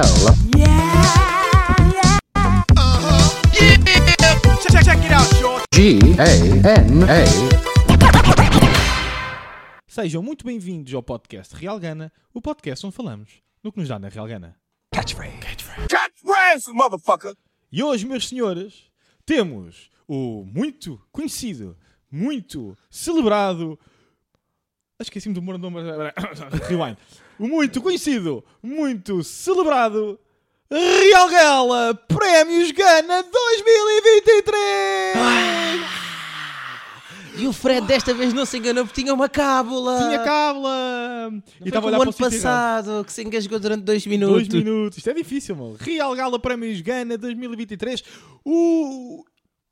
J-A-L. G-A-N-A. Sejam muito bem-vindos ao podcast Real Gana, o podcast onde falamos no que nos dá na Real Gana. Catchphrase. Catchphrase. Catchphrase, motherfucker. E hoje, meus senhores, temos o muito conhecido, muito celebrado... Ah, Esqueci-me do nome... Rewind. O muito conhecido, muito celebrado... Real Gala Prémios Gana 2023! Ah! E o Fred desta vez não se enganou porque tinha uma cábula. Tinha cábula! E Não foi estava a como olhar o para ano o sítio errado. passado que se engasgou durante dois Dois minutos. minutos. Isto é difícil, mano. Real Gala Prémios Gana 2023. O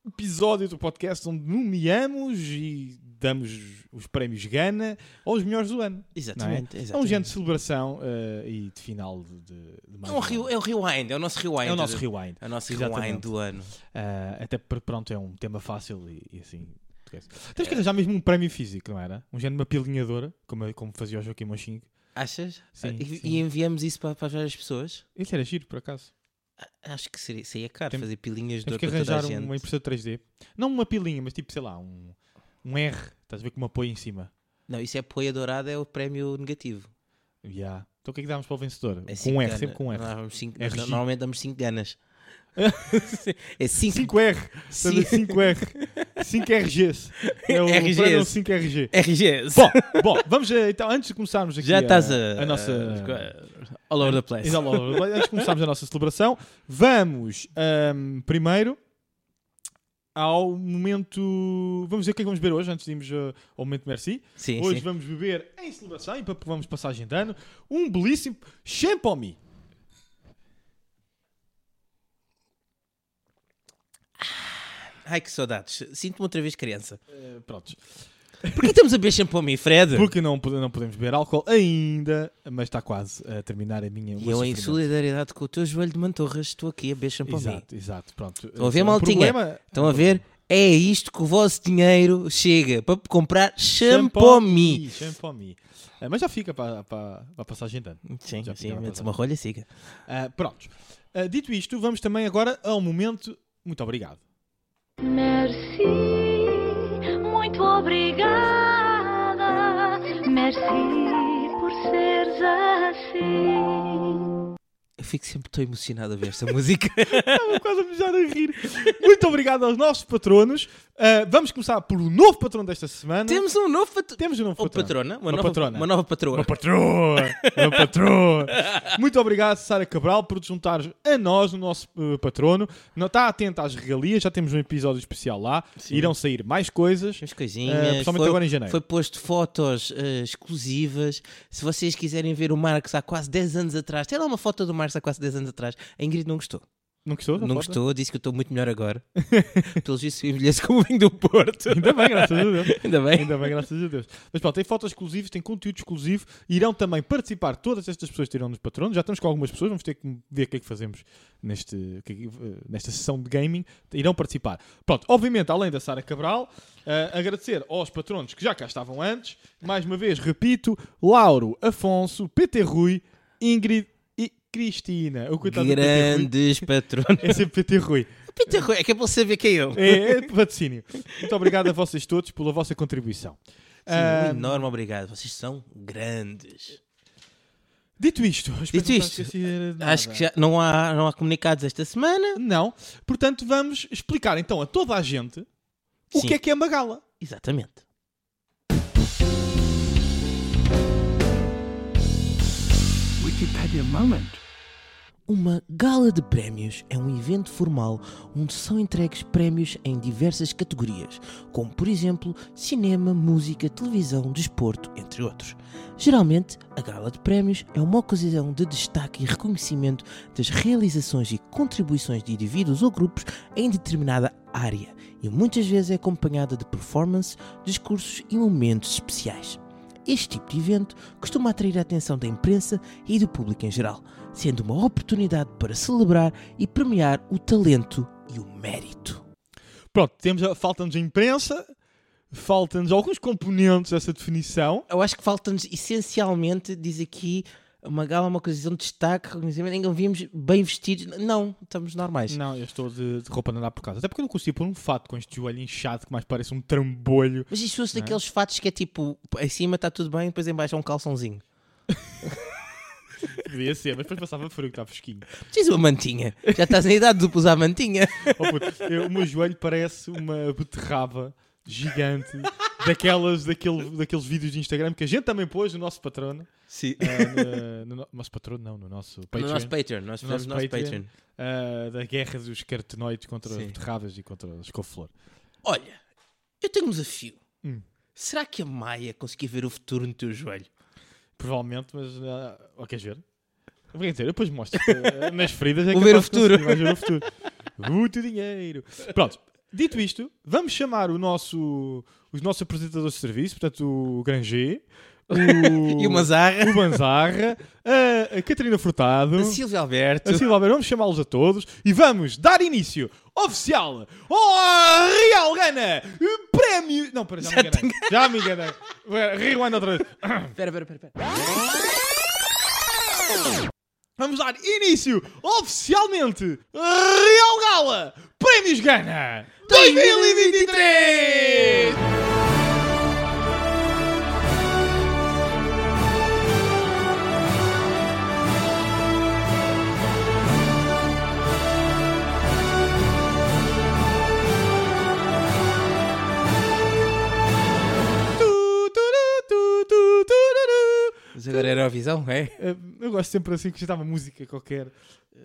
episódio do podcast onde nomeamos e damos os prémios Gana aos melhores do ano. Exatamente, Não é? É um exatamente. género de celebração eh, e de final de, de, de É, mais um um re- ano. é o rewind, é o nosso rewind. É o nosso rewind. É o nosso Exatamente. rewind do ano. Ah, até porque, pronto, é um tema fácil e, e assim. esquece. Temos É. que arranjar mesmo um prémio físico, não era? Um género de uma pilinhadora, como, como fazia o Joaquim Mochinho. Achas? Sim, Ah, e, sim. e enviamos isso para, para as várias pessoas? Esse era giro, por acaso. Acho que seria, seria caro Tem- fazer pilinhas de Temos dor que para toda a arranjar um gente. uma impressora 3D. Não uma pilinha, mas tipo, sei lá, um, um R. Estás a ver com um apoio em cima. Não, isso é poia dourada, é o prémio negativo. Ya. Então o que é que dávamos para o vencedor? É com cinco um R, gana. sempre com um R. Nós vamos cinco- RG. normalmente damos 5 ganas. é 5 5R. 5R. 5RGs. É o RGs. prémio 5RG. RGs. Bom, bom, vamos eh, então, antes de começarmos aqui Já estás a, a, a nossa... All over the place. Exato, Laura. Antes de começarmos a nossa celebração, vamos ahm, primeiro ao momento. Vamos ver o que é que vamos beber hoje, antes de irmos ah, ao momento Merci. Sim, hoje sim. vamos beber em celebração e pa- vamos passagem de ano um belíssimo champomi. Ai que saudades. Sinto-me outra vez criança. Eh, Prontos. Porquê estamos a beber champanhe, Fred? Porque não, pode- não podemos beber álcool ainda, mas está quase a terminar a minha. o E meu eu, em sofrimento. solidariedade com o teu joelho de mantorras, estou aqui a beber champanhe. Exato, exato. Pronto. Eh, Estão a ver, O maltinha? problema- Estão a ver? É isto que o vosso dinheiro chega para comprar Champomi, champanhe. champomi. Eh, Mas já fica para, para, para a passagem de ano. Sim, Já sim, ficaram mete a uma rolha e siga. Ah, prontos. Ah, dito isto, vamos também agora ao momento. Muito obrigado. Merci, muito obrigada. Merci por seres assim. Eu fico sempre tão emocionado a ver esta música. Estava quase a mijar a rir. Muito obrigado aos nossos patronos. Ah, vamos começar por um novo patrono desta semana. Temos um novo patrão. Temos um novo Ou patrono. patrona? Uma, Uma nova patrona. Uma nova patroa. Uma patroa! Uma patroa! Muito obrigado, Sara Cabral, por te juntares a nós, o nosso eh, patrono. Não- Está atento às regalias, já temos um episódio especial lá. Irão sair mais coisas. Temos Eh, coisinhas. principalmente foi, agora em janeiro. Foi posto fotos eh, exclusivas. Se vocês quiserem ver o Marcos há quase 10 anos atrás, tem lá uma foto do Marcos há quase 10 anos atrás. A Ingrid não gostou. Não gostou? da Não foto? gostou, disse que eu estou muito melhor agora. Pelos vistos, eu envelheço como vinho do Porto. Ainda bem, graças a Deus. Ainda bem. Ainda bem, graças a Deus. Mas pronto, tem fotos exclusivas, tem conteúdo exclusivo. Irão também participar todas estas pessoas que irão nos patronos. Já estamos com algumas pessoas, vamos ter que ver o que é que fazemos neste, o que é que, eh, nesta sessão de gaming. Irão participar. Pronto, obviamente, além da Sara Cabral, eh, agradecer aos patronos que já cá estavam antes. Mais uma vez, repito: Lauro, Afonso, PT Rui, Ingrid e Cristina. O coitado do PT Rui. Grandes patronos. É sempre PT Rui. Peter Rui, é que é para ele saber quem é eu. É, é patrocínio. Muito obrigado a vocês todos pela vossa contribuição. Ah, Sim, um enorme obrigado. Vocês são grandes. Dito isto, espero Dito não isto, esquecer nada. Acho que já não há, não há comunicados esta semana. Não, portanto, vamos explicar então a toda a gente o Sim. que é que é Magala. Exatamente. Wikipedia moment. Uma gala de prémios é um evento formal onde são entregues prémios em diversas categorias, como por exemplo cinema, música, televisão, desporto, entre outros. Geralmente, a gala de prémios é uma ocasião de destaque e reconhecimento das realizações e contribuições de indivíduos ou grupos em determinada área e muitas vezes é acompanhada de performances, discursos e momentos especiais. Este tipo de evento costuma atrair a atenção da imprensa e do público em geral, sendo uma oportunidade para celebrar e premiar o talento e o mérito. Pronto, temos a- falta-nos a imprensa, falta-nos alguns componentes dessa definição. Eu acho que falta-nos essencialmente, diz aqui, uma gala é uma ocasião de destaque, reconhecimento, ainda vimos bem vestidos. Não, estamos normais. Não, eu estou de, de roupa de andar por casa. Até porque eu não consigo pôr um fato com este joelho inchado que mais parece um trambolho. Mas isso fosse daqueles fatos que é tipo, em cima está tudo bem, depois em baixo é um calçãozinho. Podia ser, mas depois passava frio que está fresquinho. Preciso uma mantinha. Já estás na idade de usar a mantinha. Oh, puto, eu- o meu joelho parece uma beterraba gigante daquelas, daquele, daqueles vídeos de Instagram que a gente também pôs no nosso patrono. Sim. ah, no, no nosso patrono, não, no nosso No Patreon. nosso Patreon, nós No fizemos no nosso nosso Patreon. Patreon. ah, da guerra dos carotenoides contra Sim. as beterrabas e contra as couve-flor. Olha, eu tenho um desafio. Hum. Será que a Maia conseguia ver o futuro no teu joelho? Provavelmente, mas. ah, ou queres ver? Vou dizer, eu depois mostro nas feridas. É Vou ver o capaz de futuro. conseguir, vais ver o futuro. Muito dinheiro. Pronto, dito isto, vamos chamar o nosso, os nossos apresentadores de serviço, portanto, o Granger, o, E uma zarra? o Banzarra, a, a Catarina Furtado, A Silvia Alberto. a Silva Almeida. Assim, Vamos chamá-los a todos e vamos dar início oficial ao Real Gana Prémio. Não, pera, já me enganei. Já me enganei. Rewind outra vez. Espera, espera, espera. Vamos dar início oficialmente Real Gala Prémios Gana 2023! Tu, tu, tu, tu, tu, tu, tu. Mas agora era a visão, é? Eh, Eu gosto sempre assim que já estava música qualquer,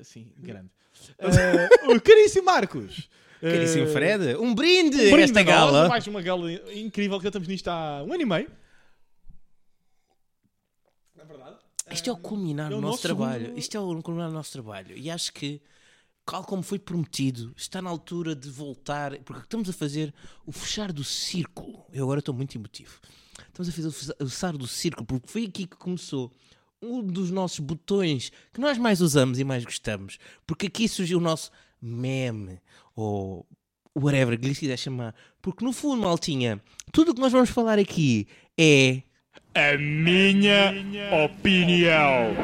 assim, Hum. grande. Eh, o caríssimo Marcos. eh, Caríssimo Fred, um brinde, um brinde esta a nós, gala. Mais uma gala incrível que já estamos nisto há um ano e meio. É verdade. Isto é o culminar é do o nosso, nosso trabalho. segundo- Isto é o culminar do nosso trabalho. E acho que, tal como foi prometido, está na altura de voltar, porque estamos a fazer o fechar do círculo. Eu agora estou muito emotivo. Estamos a fazer o feza- o fechar do círculo, porque foi aqui que começou um dos nossos botões que nós mais usamos e mais gostamos. Porque aqui surgiu o nosso meme, ou whatever que lhe quiser chamar. Porque no fundo, maltinha, tudo o que nós vamos falar aqui é. A minha opinião.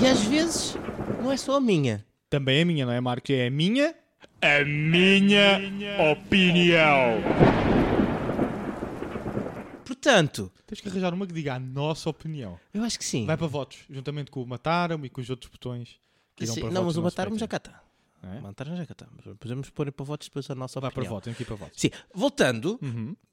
E às vezes não é só a minha. Também é minha, não é, Marcos? É a minha. A minha opinião. Portanto, Temos que arranjar uma que diga a nossa opinião. eu acho que sim. Vai para votos, juntamente com o Mataram e com os outros botões. Que irão Sim, para não, votos mas no o nosso Matarmo já Patreon. cá está. É? O Matarmo já cá está. Mas Podemos pôr para votos depois a nossa Vai para opinião. votos, Uhum. tem que ir para votos. Sim, voltando,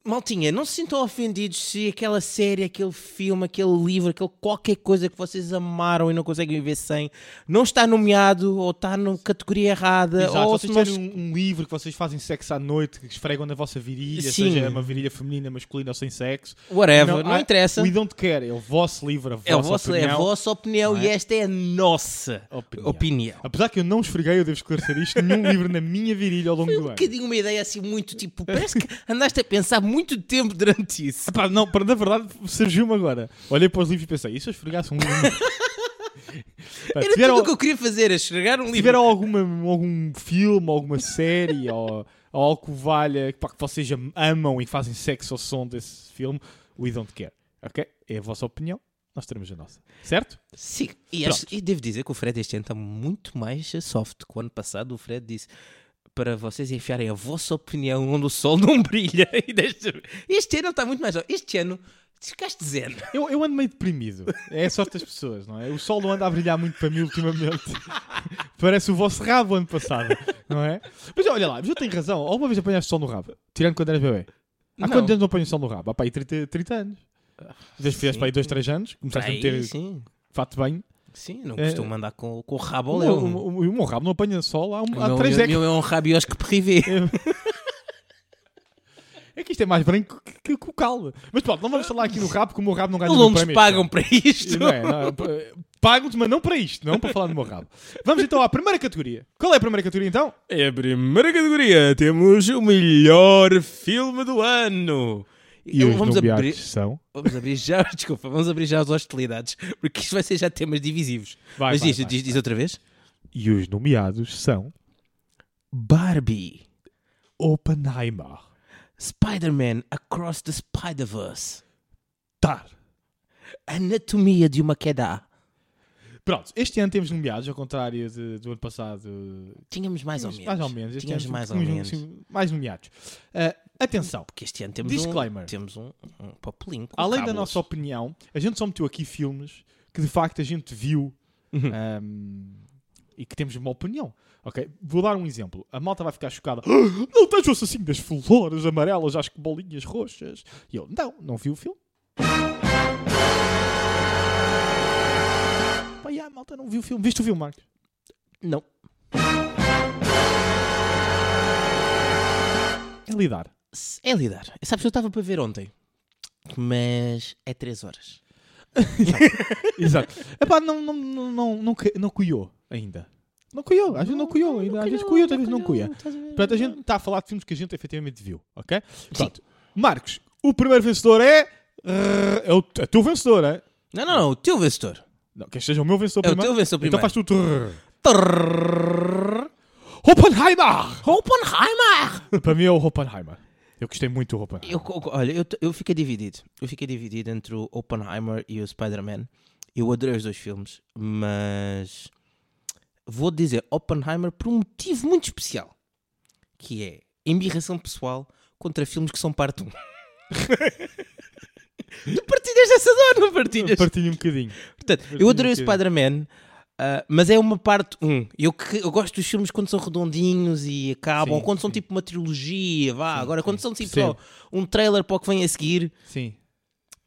maltinha, não se sintam ofendidos se aquela série, aquele filme, aquele livro, aquele qualquer coisa que vocês amaram e não conseguem viver sem, não está nomeado ou está na categoria errada. Exato, ou vocês se nós- terem um, um livro que vocês fazem sexo à noite, que esfregam na vossa virilha, Sim. seja uma virilha feminina, masculina ou sem sexo. Whatever, não há- interessa. We don't care, é um- ah, o vosso livro, a vossa É a vossa, é opinião. a vossa opinião não é? e esta é a nossa Opinião. opinião. Apesar que eu não esfreguei, eu devo esclarecer isto, nenhum livro na minha virilha ao longo Foi um do ano. bocadinho uma ideia assim muito tipo, parece que andaste a pensar muito tempo durante isso. Epá, não, para- na verdade, surgiu-me agora. Olhei para os livros e pensei, e se eu esfregasse um livro? Pá, Era se tiver tudo o al- que eu queria fazer, é chegar um se tiver livro. alguma, algum filme, alguma série ou, ou algo que valha pá, que vocês am- amam e fazem sexo ao som desse filme, we don't care. Ok? É a vossa opinião, nós teremos a nossa. Certo? Sim, e, acho- e devo dizer que o Fred este ano está muito mais soft que o ano passado. O Fred disse para vocês enfiarem a vossa opinião onde o sol não brilha. E desta- Este ano está muito mais soft. Este ano ficaste zen. Eu, eu ando meio deprimido. É só das pessoas, não é? O sol não anda a brilhar muito para mim ultimamente. Parece o vosso rabo ano passado, não é? Mas olha lá, mas eu tenho razão. Alguma vez apanhaste sol no rabo? Tirando quando eras bebê. Há Não. quantos anos não apanhas sol no rabo? Há pá, aí 30, 30 anos. Desde que fizeste sim. para aí 2, 3 anos, começaste a Aí, meter sim, fato bem. sim, não Tá É. costumo andar com, com é o rabo O ao meu, leão. o- o- o meu rabo não apanha sol há, um- O há meu- três meu- décadas. meu é um rabiosque privé. É que isto é mais branco que, que- que o caldo. Mas pronto, não vamos falar aqui no rabo, como o meu rabo não ganha Não nenhum nos prémio este pagam ano. para isto. Não é, não é. Pagam-te, mas não para isto, não para falar do meu rabo. Vamos então à primeira categoria. Qual é a primeira categoria então? É a primeira categoria. Temos o melhor filme do ano. vamos, abrir, são. vamos abrir já, desculpa, vamos abrir já as hostilidades, porque isto vai ser já temas divisivos. Vai, Mas vai, diz, vai, diz, diz outra vez. E os nomeados são Barbie, Oppenheimer, Spider-Man Across the Spider-Verse, Tar, Anatomia de uma Queda, Pronto, este ano temos nomeados, ao contrário de- do ano passado. Tínhamos mais ou Tínhamos Mais menos. ou menos. Este Tínhamos ano mais ou tínhamos menos. um- sim, mais nomeados. Ah, atenção, Porque este ano temos Disclaimer. um, temos um, um papelinho com além da cábulas. nossa opinião, a gente só meteu aqui filmes que de facto a gente viu Uhum. ahm, e que temos uma opinião. Ok, vou dar um exemplo. A malta vai ficar chocada. "Ah, não tens o assassino das flores amarelas, acho que bolinhas roxas. E eu, não, não vi o filme. Pai, ah, malta, não vi o filme. Viste o filme, Marcos? Não. É lidar. É lidar. Sabes, eu estava para ver ontem. Mas é 3 horas. Exato. Epá, não, não, não, não, não, cu- não cuiou ainda. Não cuiou, às vezes não cuiou, ainda, às vezes cuiou, outras vezes não cuia. Portanto, a gente Uhum. está a falar de filmes que a gente efetivamente viu, ok? Pronto. Marcos, o primeiro vencedor é. É o é teu vencedor, é? Não, não, não. O teu vencedor. Não, quer que seja o meu vencedor É o primeiro. teu vencedor Então faz primeiro. tu. trrr. Trrr. Oppenheimer! Oppenheimer! Para mim é o Oppenheimer. Eu gostei muito do Oppenheimer. Eu, co- olha, eu, t- eu fiquei dividido. Eu fiquei dividido entre o Oppenheimer e o Spider-Man. Eu adorei os dois filmes, mas vou dizer Oppenheimer por um motivo muito especial, que é embirração pessoal contra filmes que são parte 1. tu partilhas essa dor, não partilhas? Partilho um bocadinho. Portanto, eu adorei o Partilho um Spider-Man, ah, mas é uma parte 1. Eu, que- eu gosto dos filmes quando são redondinhos e acabam, Sim, ou quando são sim. tipo uma trilogia, vá. Sim, Agora, quando sim. são tipo Percebo. só um trailer para o que vem a seguir, Sim.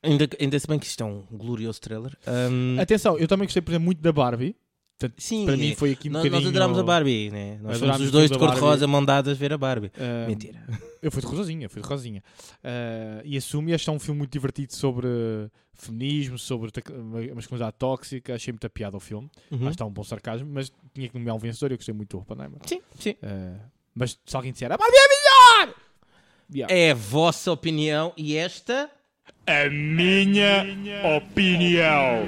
ainda, ainda se bem que isto é um glorioso trailer. Ahm, Atenção, eu também gostei, por exemplo, muito da Barbie. Portanto, Hum. sim, para mim foi aqui um nós, bocadinho. nós adorámos a Barbie, né? Nós somos Adorámos os o dois de filme da cor-de-rosa mão dadas ver a Barbie. ah, Mentira. Eu fui de rosazinha, fui de rosinha. e assumi, este é um filme muito divertido sobre feminismo, sobre ta- ma- masculinidade tóxica. Achei muita piada o filme. Uhum. Acho que está um bom sarcasmo, mas tinha que nomear um vencedor e eu gostei muito do Oppenheimer. Sim, sim. Ah, mas se alguém disser, ah, mas é melhor! Yeah. É a vossa opinião e esta. É A minha opinião!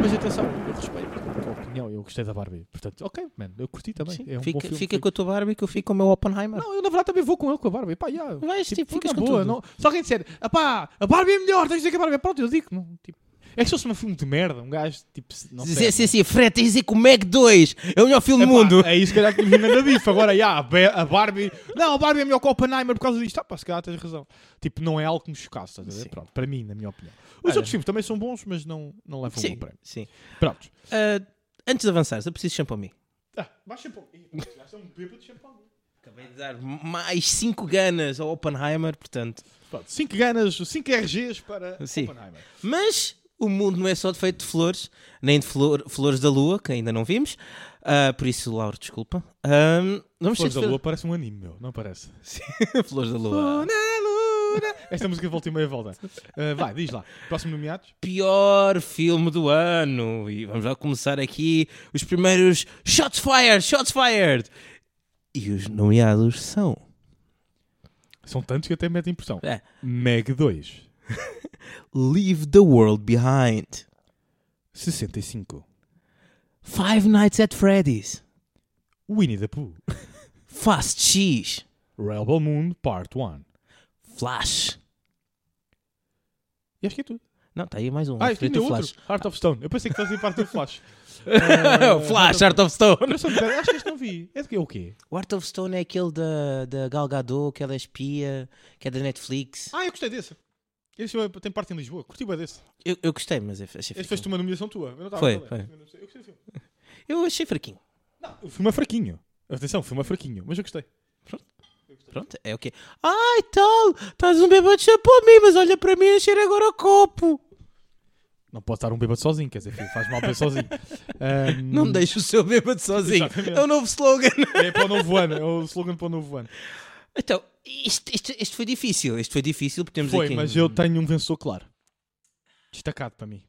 Mas atenção, eu respeito a opinião, eu gostei da Barbie. Portanto, ok, man, eu curti também. Sim, é um bom fica filme. fica com a tua Barbie que eu fico com o meu Oppenheimer. Não, eu na verdade também vou com ele, com a Barbie. Pá, yeah, Vais, tipo, ficas na com boa, tudo. não- Se alguém disser, "Epá, a Barbie é melhor, tens de dizer que a Barbie é pronto, eu digo. Não, tipo, é que se fosse um filme de merda, um gajo, tipo, se- não sei. Dizer assim, assim, Fred, tens de dizer que o Meg 2 é o melhor filme do Epá, mundo. É isso, se calhar, que me manda bife. Agora, yeah, a Be- a Barbie... Não, a Barbie é melhor que o Oppenheimer por causa disto. Ah pá, se calhar tens razão. Tipo, não é algo que me chocasse, estás a ver? Sim. Pronto, para mim, na minha opinião. Os Olha. outros filmes também são bons, mas não, não levam um Sim, bom prémio. sim. Pronto. Ah, antes de avançares, eu preciso de champanhe. Ah, baixa um pouco. Ih, já são um bêbado de champanhe. Acabei de dar mais 5 ganas ao Oppenheimer, portanto. Pronto, 5 ganas, 5 RGs para Sim. Oppenheimer. Mas o mundo não é só de feito de flores, nem de flor- flores da lua, que ainda não vimos. Ah, por isso, Lauro, desculpa. Ahm, vamos Flores da ter de- Lua parece um anime, meu. Não parece? flores da lua. Luna, Luna. Esta música volta e meia volta. Uh, vai, diz lá. Próximo nomeados? Pior filme do ano. E vamos lá começar aqui os primeiros shots fired, shots fired. E os nomeados são. São tantos que até metem impressão. É. Meg 2, Leave the World Behind. 65. Five Nights at Freddy's. Winnie the Pooh. Fast X. Rebel Moon Part 1. Flash. E acho que é tudo. Não, está aí mais um. Ah, Escrito isto ainda é Flash. É outro. Heart of Stone. Eu pensei que fosse parte do Flash. Ah, O É. Flash, Art of Stone. Olha só, cara, acho que este não vi. É do quê? O quê? O Art of Stone é aquele da, da Gal Gadot, que ela é espia, que é da Netflix. Ah, eu gostei desse. Esse eu- tem parte em Lisboa. Curti bem desse. Eu, eu gostei, mas eu achei Este fraquinho. fez-te uma nomeação tua. Eu não estava Foi, a ver. foi. Eu não sei. Eu gostei do filme. Eu achei fraquinho. Não, o filme é fraquinho. Atenção, o filme é fraquinho. Mas eu gostei. Pronto, é o quê? Ai, tal, estás um bebê de chapéu a mim, mas olha para mim, encher agora o copo. Não pode estar um bêbado sozinho. Quer dizer, filho, faz mal bem sozinho. Ahm, Não deixe o seu bêbado sozinho. Hum. Exatamente. É o novo slogan. É para o novo ano, é o slogan para o novo ano. Então, isto, isto, isto foi difícil. Isto foi difícil, porque temos Foi, aqui... mas eu tenho um vencedor claro. Destacado para mim.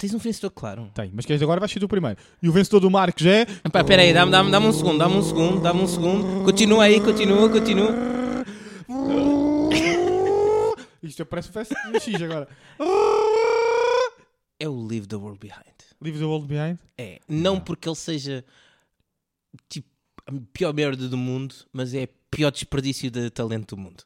Tens um vencedor, claro. Tenho, mas queres agora vais ser tu primeiro. E o vencedor do Marcos é. Pá, espera aí, Ah, dá-me dá-me- dá-me um segundo, dá-me um segundo, dá-me um segundo. Continua aí, continua, continua. Isto parece um festa de X agora. É o Leave the World Behind. Leave the World Behind. É, não porque ele seja tipo a pior merda do mundo, mas é o pior desperdício de talento do mundo.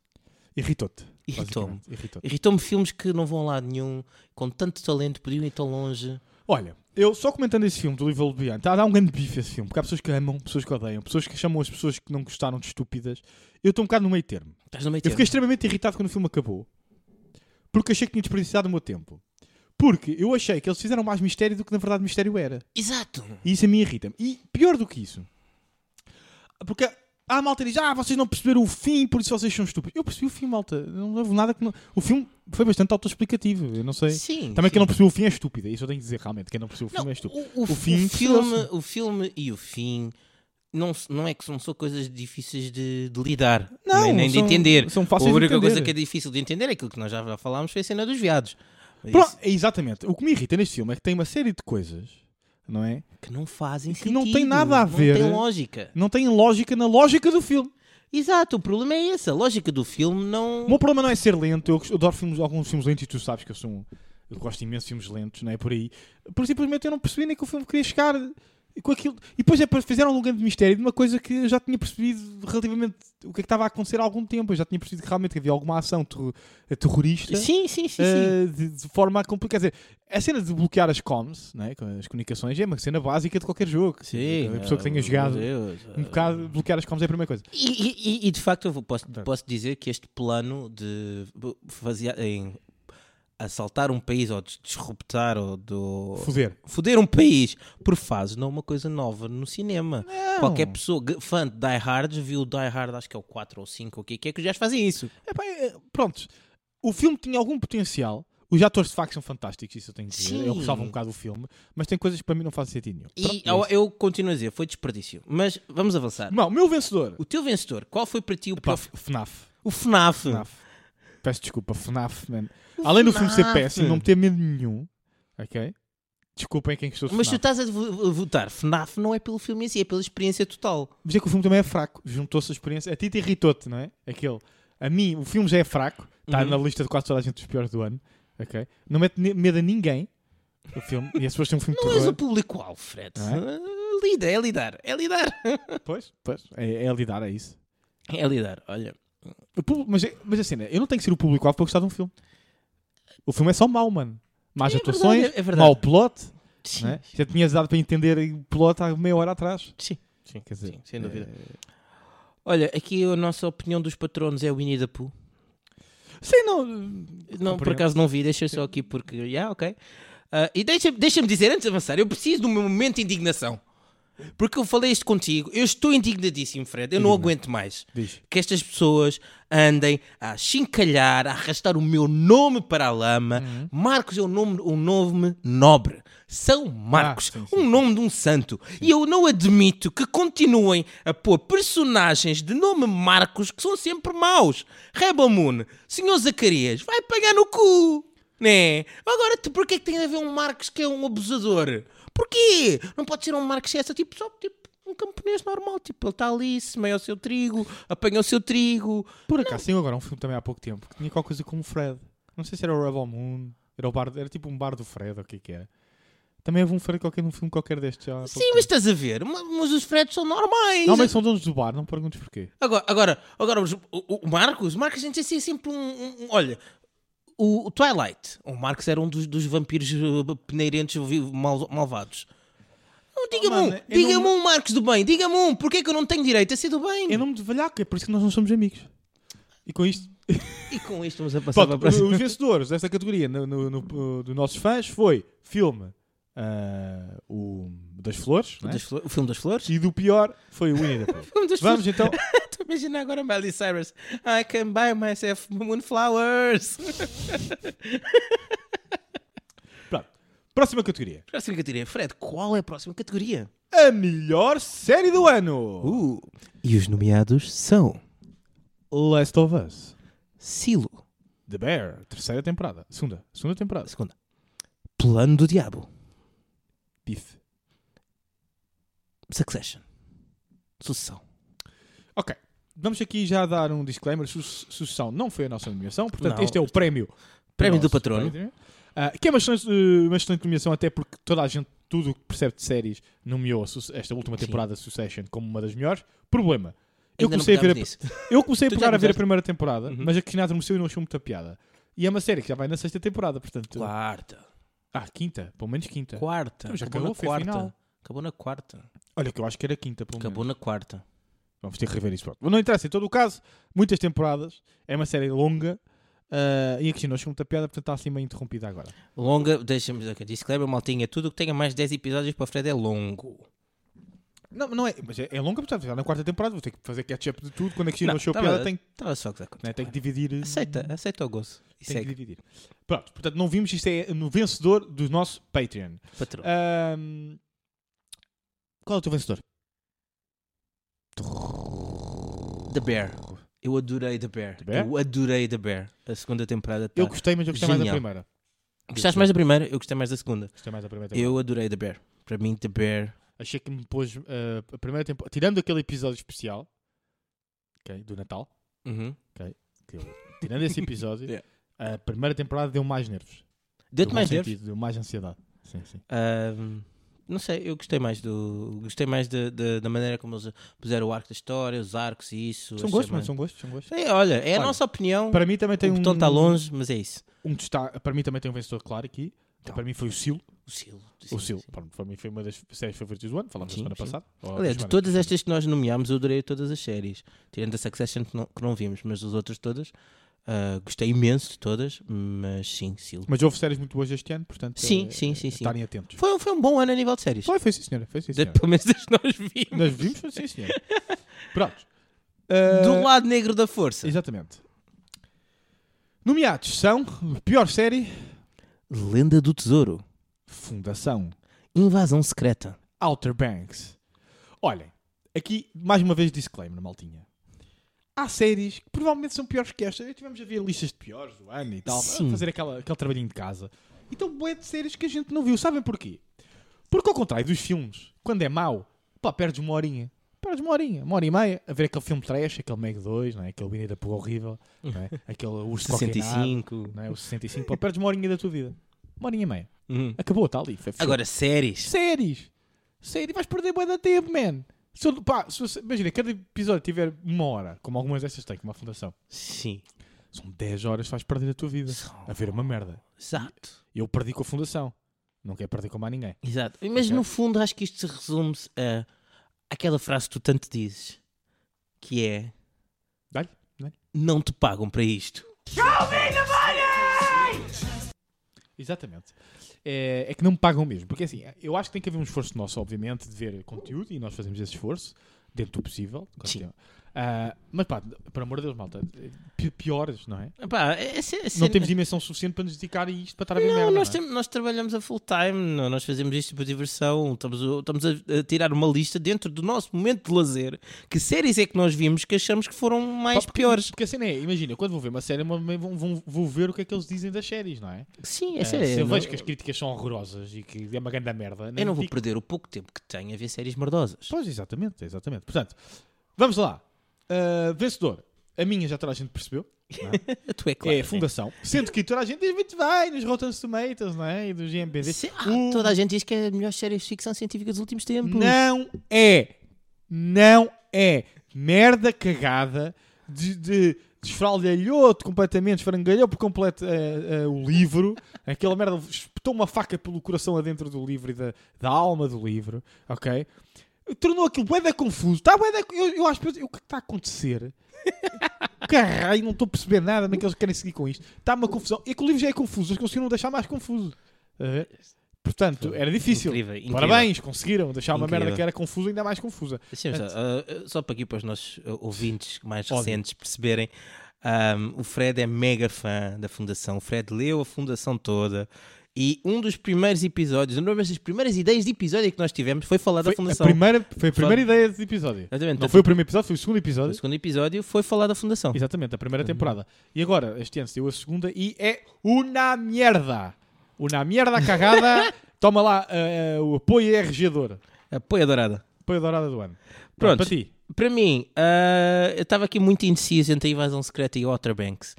Irritou-te. Irritou-me. basicamente. Irritou-te. Irritou-me filmes que não vão lá nenhum, com tanto talento, podiam ir tão longe. Olha, Eu só comentando esse filme do Live Behind, está a dar um grande bife esse filme, porque há pessoas que amam, pessoas que odeiam, pessoas que chamam as pessoas que não gostaram de estúpidas. Eu estou um bocado no meio termo. Estás no meio Eu termo. fiquei extremamente irritado quando o filme acabou. Porque achei que tinha desperdiçado o meu tempo. Porque eu achei que eles fizeram mais mistério do que na verdade mistério era. Exato. E isso a mim irrita-me. E pior do que isso. Porque há a malta que diz, ah, vocês não perceberam o fim, por isso vocês são estúpidos. Eu percebi o fim, malta. Não levo nada que não... O filme foi bastante autoexplicativo. Eu não sei. Sim. Também sim. quem não percebeu o fim é estúpido. é Isso eu tenho que dizer realmente. Quem não percebeu o filme Não, é estúpido. O, o- O o fim filme, percebeu-se. o filme e o fim não, s- não é que são só coisas difíceis de, de lidar, Não, nem, nem são- de entender. são fáceis a de única entender. coisa que é difícil de entender é aquilo que nós já já falámos foi a cena dos viados. Pronto, Isso é exatamente. O que me irrita neste filme é que tem uma série de coisas, não é? Que não fazem Que sentido. não tem nada a ver. Não tem lógica. Não tem lógica na lógica do filme. Exato, o problema é esse. A lógica do filme não. O meu problema não é ser lento, eu gosto- eu adoro filmes, alguns filmes lentos e tu sabes que eu sou um, eu gosto imenso de filmes lentos, não é por aí. Por simplesmente eu não percebi nem que o filme queria chegar e com aquilo. E depois é para fizeram um grande mistério de uma coisa que eu já tinha percebido relativamente o que é que estava a acontecer há algum tempo. Eu já tinha percebido que realmente havia alguma ação terro- terrorista. Sim, sim, sim. sim. eh, de, de forma a complicar. Quer dizer, a cena de bloquear as coms, né, com as comunicações, é uma cena básica de qualquer jogo. Sim, é, a pessoa que tenha meu jogado Deus. um bocado, bloquear as coms é a primeira coisa. E, e- e- e, de facto eu vou- posso, Portanto. posso dizer que este plano de fazer em assaltar um país ou des- disruptar ou do Foder. foder um país por fases não é uma coisa nova no cinema. Qualquer pessoa g- fã de Die Hard viu Die Hard acho que é o 4 ou 5 ou o que é que é que os gajos fazem isso. Epá, é, pronto, o filme tinha algum potencial. Os atores de facto são fantásticos, isso eu tenho que dizer. Sim. Eu ressalvo um bocado o filme, mas tem coisas que para mim não fazem sentido nenhum. E Pronto, eu, é isso. eu continuo a dizer, foi desperdício. Mas vamos avançar. Não, o meu vencedor. O teu vencedor, qual foi para ti o, Epá, prof- FNAF. o FNAF? FNAF. Peço desculpa, FNAF, man. Além do filme ser FNAF. péssimo, não me ter medo nenhum, ok? Desculpem quem gostou de Mas tu FNAF. estás a vo- votar FNAF não é pelo filme em si, é pela experiência total. Mas é que o filme também é fraco. Juntou-se a experiência. A ti te irritou-te, não é? Aquele. A mim, o filme já é fraco. Está Uhum. na lista de quase toda a gente dos piores do ano. Ok? Não mete ne- medo a ninguém. O filme. E as pessoas têm um filme de Tu és o terror. público-alvo, Fred. Não Ah, Lida, é lidar, é lidar. Pois, pois. É, é lidar, é isso. É lidar, olha. O público- mas, é- mas assim, né? eu não tenho que ser o público-alvo para gostar de um filme. O filme é só mau, mano. Más É atuações, verdade, é- é verdade. mau plot. Sim, não é? Já tinhas dado para entender o plot há meia hora atrás. sim, sim, Quer dizer, sim, sem dúvida. eh, Olha, aqui a nossa opinião dos patronos é o Winnie the Pooh. Sim, não. Não, Compreendo. por acaso não vi, deixa só aqui porque. Já, ok. Ah, e deixa- deixa-me dizer, antes de avançar, eu preciso do meu momento de indignação. Porque eu falei isto contigo, eu estou indignadíssimo, Fred. Eu não aguento mais Diz. que estas pessoas andem a chincalhar, a arrastar o meu nome para a lama. Marcos é um nome, um nome nobre. São Marcos, Ah, sim, um nome de um santo. E eu não admito que continuem a pôr personagens de nome Marcos que são sempre maus. Reba Moon, Senhor Zacarias, vai pagar no cu. Né? Agora, tu, porquê que tem a ver um Marcos que é um abusador? Porquê? Não pode ser um Marcos essa, tipo, só tipo, um camponês normal. Tipo, ele está ali, semeia o seu trigo, apanha o seu trigo. Por acaso, tem agora um filme também há pouco tempo que tinha qualquer coisa como o Fred. Não sei se era o Rebel Moon, era, o bar, era tipo um bar do Fred ou o que é que era. Também houve um Fred qualquer num filme qualquer destes. Já há pouco Sim, mas tempo. estás a ver, ma- mas os fretes são normais. Normalmente são donos do bar, Ah, não perguntes porquê. Agora, agora, agora os- o, o Marcos, o Marcos a gente é sempre um, um- um- Olha, o, o Twilight, o Marcos era um dos, dos vampiros eh, peneirentos vi- mal- malvados. Não, diga-me mano, um, eu diga-me não- um Marcos do bem, diga-me um, porquê é que eu não tenho direito a ser do bem? É nome de velhaco, é por isso que nós não somos amigos. E com isto. E com isto vamos a passar Pronto, para a próxima. os vencedores desta categoria no, no, no- dos nossos fãs foi filme ah, o das Flores O não é? das flo- o filme das flores? e do pior foi o Winnie the Pooh. O filme das flores. Vamos então. Estou a imaginar agora Miley Cyrus. I can buy myself moonflowers. Pronto. Próxima categoria. Próxima categoria. Fred, qual é a próxima categoria? A melhor série do ano. Uh, e os nomeados são Last of Us. Silo, The Bear, terceira temporada. Segunda. Segunda temporada. segunda. Plano do Diabo, Bife. Succession, Sucessão. Ok. Vamos aqui já dar um disclaimer. Su- Sucessão não foi a nossa nomeação, portanto, Não. este é o prémio. Prémio Nosso do patrono. Ah, que é uma excelente, eh, uma excelente nomeação, até porque toda a gente, tudo o que percebe de séries, nomeou a Su- esta última Sim. temporada de Succession como uma das melhores. Problema. Eu Ainda não comecei, a ver a, pegámos nisso. eu comecei a Tu já pegar a ver a começaste? Uhum. primeira temporada, mas a Cristina adormeceu e não achou muita piada. E é uma série que já vai na sexta temporada, portanto. Quarta. Ah, quinta, pelo menos quinta. Quarta. Então, já acabou acabou, na foi quarta. final. Acabou na quarta. Olha, que eu acho que era quinta, pelo menos. Acabou na quarta. Vamos ter que rever isso. Pronto. Não interessa, em todo o caso, muitas temporadas, é uma série longa ah, e a Cristina achou muita piada, portanto está assim meio interrompida agora. Longa, deixa-me okay, disclaimer, maltinha. Tudo o que tenha mais de 10 episódios para Fred é longo. Não, não é, mas é, é longa, portanto, já na quarta temporada vou ter que fazer catch-up de tudo. Quando é a Cristina Não, achou tava- piada, tem, Estava Então, só a gozar contigo. né, tem que dividir. eh, Aceita, aceita o gozo. E Tem que segue, dividir. Pronto, portanto, não vimos, isto é no vencedor do nosso Patreon. patrão. Ahm, qual é o teu vencedor? The Bear. Eu adorei The Bear. The Bear? Eu adorei The Bear. A segunda temporada tá. Eu gostei, mas eu gostei mais da Genial. primeira. Gostaste mais da primeira? Eu gostei mais da segunda. Gostei mais da primeira temporada. Eu adorei The Bear. Para mim, The Bear. Achei que me pôs ah, a primeira temporada, tirando aquele episódio especial ok, do Natal, Uhum. que eu- tirando esse episódio, Yeah. a primeira temporada deu mais nervos. Deu-te Deu um mais bom nervos? sentido, Deu mais ansiedade. Sim, sim. Ahm, não sei, eu gostei mais do. Gostei mais da- da- da maneira como eles puseram o arco da história, os arcos e isso. São achei gostos, mano, mais- são gostos, são gostos. Sim, olha, é a Olha, nossa opinião. Para mim também tem o um, botão está longe, mas é isso. um destaque- para mim também tem um vencedor claro aqui. Então. Para mim foi o Silo. O Silo. O Sil, pronto, para mim foi uma das séries favoritas do ano, falámos na Sim, semana sim. passada. ou Aliás, da de semana todas passada. estas que nós nomeámos, eu adorei todas as séries. Tirando a Succession que não, que não vimos, mas as outras todas. ah, gostei imenso de todas, mas sim, Silo. Mas houve séries muito boas este ano, portanto, Sim, eh, sim, sim, sim. estarem atentos. Foi, um- foi um bom ano a nível de séries. Foi, foi sim, senhora. Foi sim, De- senhora. Pelo menos das que nós vimos. Nós vimos, foi sim, senhora. Pronto. Do Eh, lado negro da força. Exatamente. Nomeados são pior série, Lenda do Tesouro. Fundação, Invasão secreta. Outer Banks. Olhem, aqui mais uma vez disclaimer, maltinha. Há séries que provavelmente são piores que esta. Tivemos a ver listas de piores do ano e tal, Sim. a fazer aquela, aquele trabalhinho de casa. Então, boé de séries que a gente não viu. Sabem porquê? Porque, ao contrário dos filmes, quando é mau, pá, perdes uma horinha. Perdes uma horinha, uma hora e meia, a ver aquele filme trash, aquele Meg 2, não é? aquele Bini da Pua horrível, não é? aquele Urso Qualquer Nada, 65. não é? o 65. Pá, perdes uma horinha da tua vida. Uma horinha e meia. Uhum. Acabou, está ali. Foi fechou. Agora, séries. Séries. Séries. Vais perder bué da tempo, man. Se eu- pá, se você- imagina, cada episódio tiver uma hora, como algumas destas têm, como a Fundação. Sim. São 10 horas que vais perder a tua vida. A ver uma merda. Exato. Eu perdi com a Fundação. Não quero perder com mais ninguém. Exato. Mas Ok. no fundo acho que isto se resume a aquela frase que tu tanto dizes, que é Dá-lhe, dá-lhe. não te pagam para isto. Exatamente. É, é que não me pagam mesmo. Porque assim, eu acho que tem que haver um esforço nosso, obviamente, de ver conteúdo e nós fazemos esse esforço dentro do possível. claro que Sim. é. Ah, mas pá, por amor de Deus, malta, pi- piores, não é? Epá, é- é ser- é Não ser- temos dimensão suficiente para nos dedicar a isto para estar a ver Não, merda. nós, não é? temos- nós trabalhamos a full time, não- nós fazemos isto por diversão, estamos, a- estamos a, a tirar uma lista dentro do nosso momento de lazer. Que séries é que nós vimos que achamos que foram mais Pá, porque- piores? Porque a cena é, imagina, quando vou ver uma série, mas também vão, vão- vou ver o que é que eles dizem das séries, não é? Sim, Eh, essa é se eu não- vejo que as críticas são horrorosas e que é uma grande merda, Eu não vou fico- perder o pouco tempo que tenho a ver séries merdosas. Pois, exatamente, exatamente. Portanto, vamos lá. Ah, vencedor. A minha já toda a gente percebeu. A tu é claro. é a né? Fundação. Sendo que toda a gente diz muito bem nos Rotten Tomatoes, não é? E do GMBD. Se- ah, Um- Toda a gente diz que é a melhor série de ficção científica dos últimos tempos. Não é. Não é. Merda cagada de. de Desfraldalhou-te completamente, esfrangalhou por completo eh, eh, o livro. Aquela merda espetou uma faca pelo coração adentro do livro e da, da alma do livro, ok? Tornou aquilo bué confuso. Tá, bué eu, eu acho que o que está a acontecer? Caralho, não estou a perceber nada, nem que eles querem seguir com isto. Está uma confusão. E que o livro já é confuso, eles conseguiram deixar mais confuso. Estás a ver? Portanto, era difícil. Incrível, incrível. Parabéns, conseguiram deixar uma Incrível. merda que era confusa ainda mais confusa. Deixa-me Só, ah, só para aqui para os nossos ah, ouvintes mais Óbvio. recentes perceberem, ahm, o Fred é mega fã da Fundação. O Fred leu a Fundação toda e um dos primeiros episódios, uma das primeiras ideias de episódio que nós tivemos foi falar Foi da a Fundação. primeira, foi a primeira ideia desse episódio. Exatamente. Não Portanto, foi o primeiro episódio, foi o segundo o Uhum. episódio. segundo episódio foi falar da Fundação. Exatamente, a primeira temporada. E agora, este ano saiu a segunda e é uma merda. Uma merda cagada. Toma lá eh, o apoio é regedor. Apoio dourada. Apoio dourada do ano. Pronto. Para ti. Para mim, ah, eu estava aqui muito indeciso entre a invasão secreta e o Outer Banks.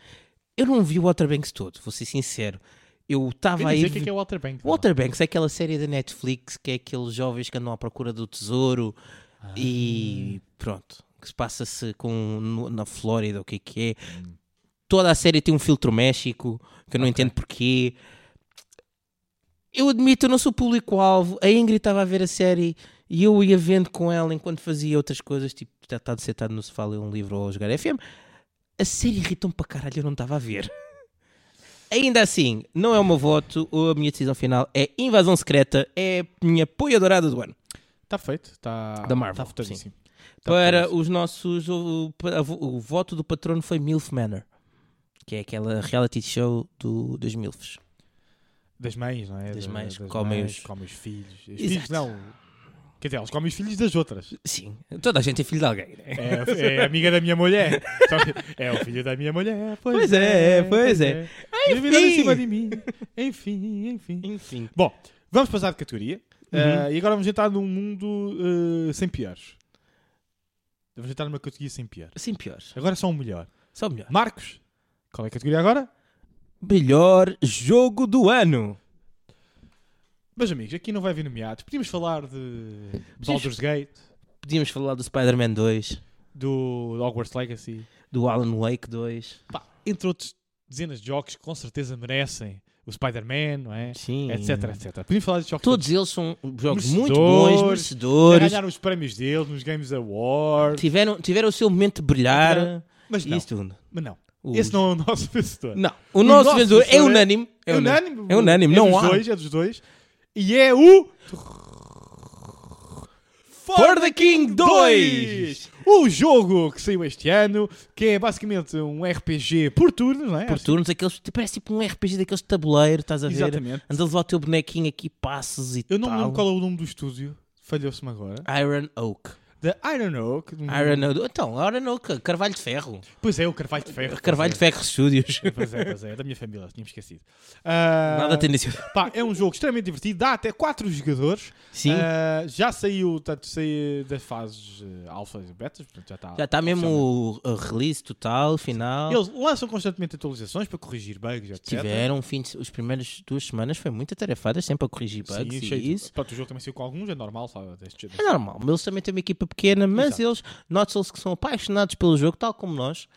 Eu não vi o Outer Banks todo, vou ser sincero. Eu Vem estava aí. dizer o que é que é o Walter Banks. Walter Banks é aquela série da Netflix que é aqueles jovens que andam à procura do tesouro e pronto, que se passa-se com no- na Flórida, o que é que é. Toda a série tem um filtro México, que eu não entendo porquê. Eu admito, eu não sou público-alvo. A Ingrid estava a ver a série e eu ia vendo com ela enquanto fazia outras coisas, tipo, tratado sentado no sofá a ler um livro ou a jogar FM. A série irritou-me para caralho, eu não estava a ver. Ainda assim, não é o meu voto, a minha decisão final é Invasão Secreta, é a minha poia dourada do ano. Está feito. Está Da Marvel, Está votadíssimo. Está Para votadíssimo. os nossos. O, para- o voto do patrono foi Milf Manor, que é aquela reality show do, dos Milfs. Das mães, não é? Das Da- mães que comem mães os- que comem os filhos. Os Exato. filhos não. Quer dizer, elas comem os filhos das outras. Sim, toda a gente é filho de alguém, né? É, é amiga da minha mulher. Só que é o filho da minha mulher. Pois, Pois é, pois é. Duvidou em Enfim. cima de mim. Enfim, enfim. Enfim. Bom, vamos passar de categoria. Ah, e agora vamos entrar num mundo ah, sem piores. Vamos entrar numa categoria sem piores. Sim, piores. Agora só um melhor. Só o melhor. Marcos, qual é a categoria agora? Melhor jogo do ano. Meus amigos, aqui não vai vir nomeados. Podíamos falar de Baldur's Gate, Podíamos falar do Spider-Man 2, do Hogwarts Legacy, do Alan Wake 2. pá, entre outros dezenas de jogos que com certeza merecem. O Spider-Man, não é? Sim. Etc, etc. Podíamos falar de jogos Todos eles são jogos muito Merecedores. bons, todos. merecedores. ganharam os prémios deles nos Games Awards. Tiveram, tiveram o seu momento de brilhar. Mas E não, isso tudo. mas não. Os- Esse não é o nosso vencedor. Não. O, nosso, nosso vencedor é vencedor é- unânime. É unânime. É unânime, é não dos há. Dois, é dos dois. E é o. For the King 2! O jogo que saiu este ano, que é basicamente um RPG por turnos, não é? Por turnos, aqueles, parece tipo um RPG daqueles de tabuleiro, estás a ver? Exatamente. Andas a levar o teu bonequinho aqui, passos e Eu não me tal. lembro qual é o nome do estúdio. Falhou-se-me agora. Iron Oak. Da Iron Oak. um- Iron Oak. Então, Iron Oak, Carvalho de Ferro. Pois é, o Carvalho de Ferro. Carvalho de Ferro Studios. Pois é, pois é. É da minha família, tinha esquecido. Ah, Nada tendencioso. pá, é um jogo extremamente divertido. Dá até 4 jogadores. Sim. Ah, já saiu, tanto saiu das fases eh, alfa e betas, portanto já tá- está. Já está mesmo o, o release total, final. Eles lançam constantemente atualizações para corrigir bugs, etc. Tiveram um fim de, os primeiros duas semanas foi muito atarefadas, sempre a corrigir Sim, é bugs cheio de- e isso. Pronto, o jogo também saiu com alguns, é normal, sabe? Deste, É normal, eles também têm uma equipa pequena, mas Exato. eles, notam eles que são apaixonados pelo jogo, tal como nós,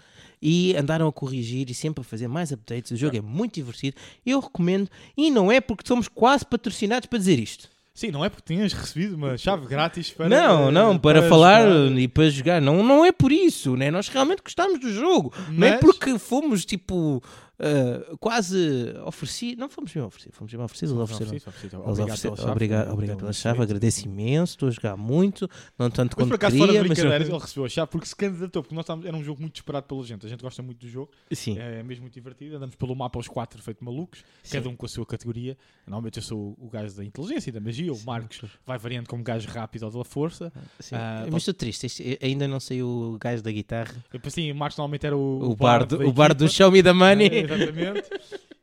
e andaram a corrigir e sempre a fazer mais updates. O jogo é muito divertido, eu recomendo, e não é porque somos quase patrocinados para dizer isto. Sim, não é porque tinhas recebido uma chave grátis para. não, eh, não, para, falar jogar. e para jogar, não, não é por isso, né? nós realmente gostamos do jogo, não é Mas- porque fomos tipo ah, quase oferecidos, não fomos bem oferecidos, fomos bem oferecidos, eles Não, ofereceram. sim, só preciso. Eles Obrigado ofereceram- pela chave. Então, obrigado, obrigado pela chave, Mas agradeço imenso, estou a jogar muito, não tanto por quanto acaso, fora de queria, mas... brincadeiras, ele recebeu a chave porque se candidatou, porque nós estávamos, era um jogo muito esperado pela gente. A gente gosta muito do jogo, Sim. é mesmo muito divertido. Andamos pelo mapa aos quatro, feito malucos, Sim. cada um com a sua categoria. Normalmente eu sou o gajo da inteligência e da magia, o Marcos vai variando como gajo rápido ou da força. Sim. Ah, mas estou triste, este- eh, ainda não saiu o gajo da guitarra, Eu pensei, o Marcos normalmente era o, o, bar, do, da o bar do equipa. Show Me the É, Money. exatamente.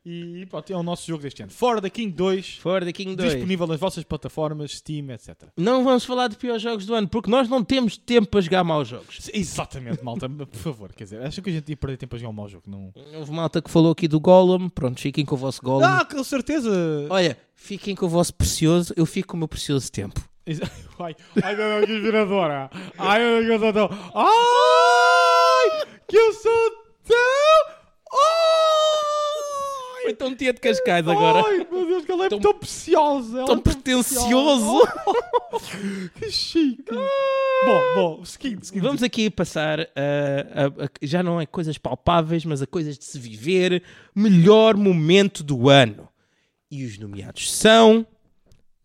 e pronto, é o nosso jogo deste ano. Fora da King 2, For the King 2. disponível nas vossas plataformas, Steam, etc. Não vamos falar de piores jogos do ano, porque nós não temos tempo para jogar maus jogos. Exatamente, malta, por favor. Quer dizer, acho que a gente ia perder tempo a jogar um mau jogo. Não... Houve malta que falou aqui do Golem, pronto, fiquem com o vosso Golem. Ah, com certeza! Olha, fiquem com o vosso precioso, eu fico com o meu precioso tempo. Exa- Ai, ai, meu Deus, que inspiradora! Ai, meu Deus, que eu Ai, que eu sou tão... Ai, Então tia de Cascais agora. Ai, meu Deus, que ela é tão, preciosa! ela Tão é preciosa. pretencioso. Que chique! Bom, bom, seguinte, seguinte. Ah! Vamos aqui passar a, a- a- já não é coisas palpáveis, mas a coisas de se viver. Melhor momento do ano. E os nomeados são.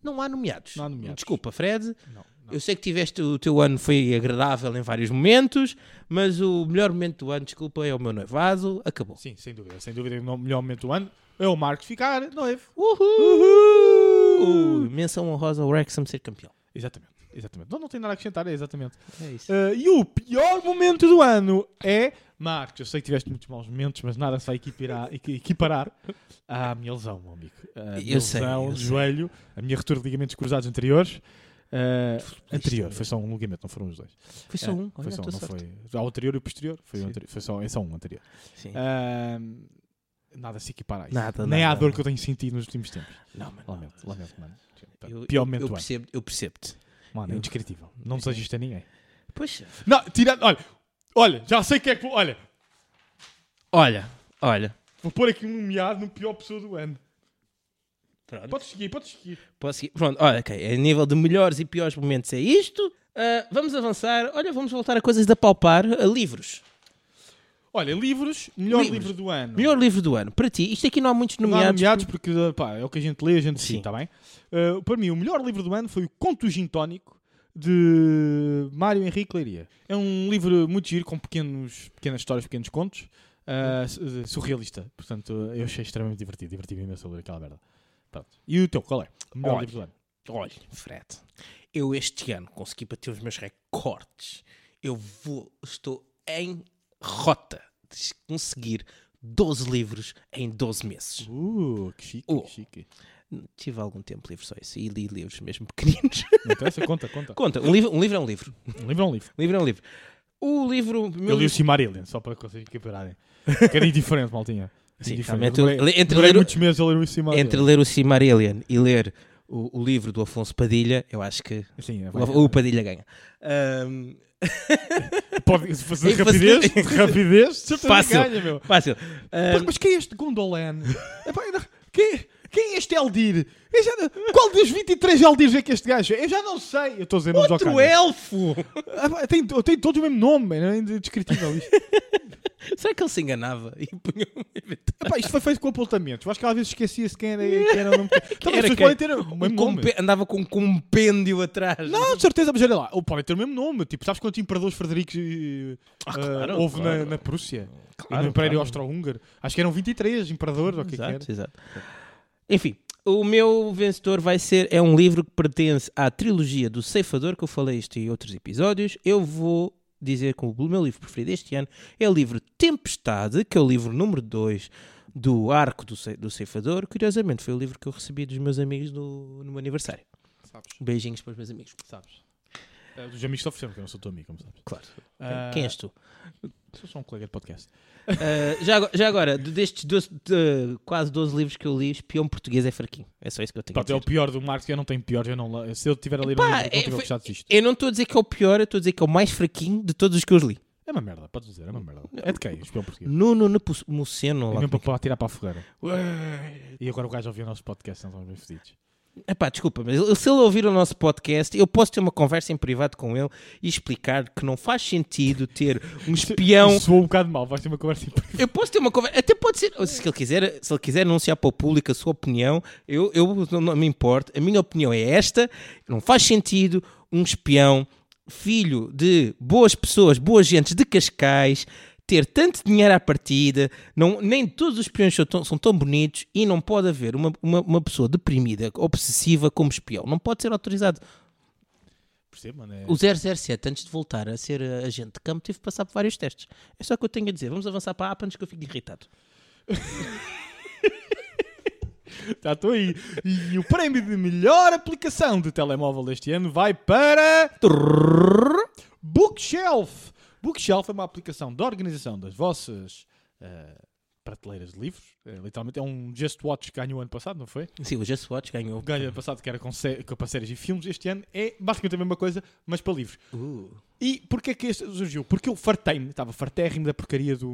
Não há nomeados. Não há nomeados. Desculpa, Fred. Não, Eu sei que tiveste o teu ano foi agradável em vários momentos, mas o melhor momento do ano, desculpa, é o meu noivado. Acabou. Sim, sem dúvida, sem dúvida, o melhor momento do ano é o Marcos ficar noivo. Uhul! Menção honrosa ao Wrexham ser campeão. Exatamente, exatamente. Não, não tem nada a acrescentar, é exatamente. É isso. Eh, e o pior momento do ano é. Marcos, eu sei que tiveste muitos maus momentos, mas nada se vai equiparar, equi- equiparar à minha lesão, meu amigo. A minha Eu sei, lesão eu de sei. joelho, a minha retura de ligamentos cruzados anteriores. eh, anterior, meu. foi só um ligamento, não foram os dois. é Foi só Eh, um. foi olha a só um, tua não sorte. foi. Já o anterior e o posterior? Foi, o Sim. anterior, foi só, é só um anterior. Sim. Ahm, nada se equipara a isso. Nada, Nem nada, à dor nada. que eu tenho sentido nos últimos tempos. Não, mas não. Lamento, lamento, mano. Eu, Pior eu, momento eu do ano. percebo, eu percebo-te. Mano, é eu- indescritível. Não desejo isto a ninguém. Poxa. Não, tirando. Olha, olha, já sei que é que. vou- Olha, Olha, olha. vou pôr aqui um nomeado no pior pessoa do ano. Pronto. Podes seguir, podes seguir. Posso seguir? Pronto, olha, ok. A nível de melhores e piores momentos é isto. Ah, vamos avançar. Olha, vamos voltar a coisas de apalpar. A livros. Olha, livros, melhor Livros. livro do ano. Melhor livro do ano. Para ti, isto aqui não há muitos Não há nomeados. nomeados porque pá, é o que a gente lê, a gente Sim. sim, está bem? Uh, para mim, o melhor livro do ano foi o Conto Gintónico de Mário Henrique Leiria. É um livro muito giro, com pequenos, pequenas histórias, pequenos contos, uh, su- surrealista. Portanto, eu achei extremamente divertido, diverti-me imenso a ler aquela merda. Pronto. E o teu, qual é? O melhor Olha. livro do ano. Olha, Fred, eu este ano consegui bater os meus recordes. Eu vou, estou em rota de conseguir 12 livros em 12 meses. Uh, que chique, Oh. que chique. Tive algum tempo livre só isso e li livros mesmo pequeninos. Não interessa, Então, conta, conta. Conta, um livro, um livro é um livro. Um livro é um livro. Um livro é um livro. O livro. Eu Meu li o livro Cimarillion, só para vocês recuperarem. Que era indiferente, maltinha. Sim, Indiferente. realmente, Eu eu- demorei- entre demorei ler o- muitos meses a ler o Cimarillion. entre ler o Cimarillion e ler o, o livro do Afonso Padilha, eu acho que Sim, é, vai. o, o Padilha ganha. Ahm, Pode se fosse Em de rapidez, de rapidez, de certeza que Fácil. ganha, meu. fácil. Mas, Ahm, mas quem é este Gondolan? Epá, eu não- quem, quem é este Eldir? Eu já não- qual dos 23 Eldirs é que este gajo é? Eu já não sei. Eu estou a dizer nomes ao outro é- calho. elfo! Ah, pá, tem, tem todos o mesmo nome, é indescritível isto. Será que ele se enganava e punha um Epá, Ah, isto foi feito com apontamentos. Eu acho que às vezes esquecia-se quem era, quem era o nome. Então, Era as pessoas quem? podem ter o Um mesmo nome. compe- Andava com um compêndio atrás. Não, Ah, de certeza, mas olha lá, ou podem ter o mesmo nome. Tipo, sabes quantos imperadores Fredericos eh, Ah, eh, claro, houve claro. Na, na Prússia? Claro, no Império claro. Austro-Húngaro? Acho que eram 23 imperadores, ou o que é que era. Exato, exato. Enfim, o meu vencedor vai ser. É um livro que pertence à trilogia do Ceifador, que eu falei isto em outros episódios. Eu vou dizer que o meu livro preferido este ano é o livro Tempestade, que é o livro número 2 do Arco do, Ce- do Ceifador. Curiosamente, foi o livro que eu recebi dos meus amigos no, no meu aniversário. Sabes, Beijinhos para os meus amigos. sabes. Eh, Os amigos te ofereceram, que eu não sou teu amigo, como sabes. Claro. Ah, Quem és tu? Sou só um colega de podcast. Uh, já, ago- já agora, de- destes 12, de- quase 12 livros que eu li, Espião Português é fraquinho. É só isso que eu tenho Pronto, é a o dizer. pior do Marcos, eu não tenho pior, eu não le- Se eu tiver a ler um Pá, livro, eu não é, tiver foi- gostado disto. Eu não estou a dizer que é o pior, eu estou a dizer que é o mais fraquinho de todos os que eu li. É uma merda, podes dizer, é uma merda. É de quem? O espião português. Nuno Nepo- Muceno. É lá mesmo para como para tirar para a fogueira. é que- E agora o gajo ouviu o nosso podcast, não estamos bem fedidos. Epá, desculpa, mas ele- se ele ouvir o nosso podcast, eu posso ter uma conversa em privado com ele e explicar que não faz sentido ter um espião. Isso soou um bocado mal, vais ter uma conversa em Eu posso ter uma conversa. Até pode ser. Se ele quiser, se ele quiser anunciar para o público a sua opinião, eu, eu não, não me importo. A minha opinião é esta. Não faz sentido um espião, filho de boas pessoas, boas gentes de Cascais, ter tanto dinheiro à partida. Não, nem todos os espiões são tão, são tão bonitos e não pode haver uma, uma, uma pessoa deprimida, obsessiva como espião. Não pode ser autorizado. Percebo, mano. é- O 007, antes de voltar a ser eh, agente de campo, teve que passar por vários testes. É só o que eu tenho a dizer. Vamos avançar para a APA antes que eu fique irritado. Já estou aí. E o prémio de melhor aplicação de telemóvel deste ano vai para. Bookshelf! Bookshelf é uma aplicação de organização das vossas eh, prateleiras de livros. Eh, literalmente é um Just Watch que ganhou ano passado, não foi? Sim, o Just Watch ganhou. O ganho ano passado, que era com, sé- com para séries e filmes, este ano é basicamente a mesma coisa, mas para livros. Uh. E porquê que este surgiu? Porque eu fartei-me, estava fartérrimo da porcaria do.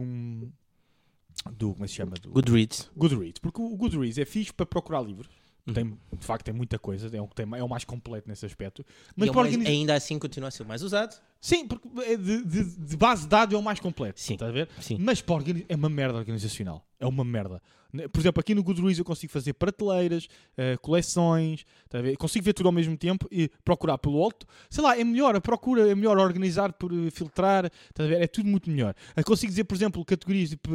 do como é que se chama? Do, Goodreads. Goodreads, porque o Goodreads é fixe para procurar livros. Uhum. Tem, de facto, tem muita coisa, é o, que tem- é o mais completo nesse aspecto. Mas E é o para mais- organizar. ainda assim continua a ser o mais usado. Sim, porque é de, de- de base de dados é o mais completo. Sim. Estás a ver? Sim. Mas para organi- é uma merda organizacional. É uma merda. Ne- Por exemplo, aqui no Goodreads eu consigo fazer prateleiras, eh, coleções, estás a ver? consigo ver tudo ao mesmo tempo e procurar pelo alto. Sei lá, é melhor, a procura é melhor organizar por eh, filtrar, estás a ver? É tudo muito melhor. Eh, Consigo dizer, por exemplo, categorias tipo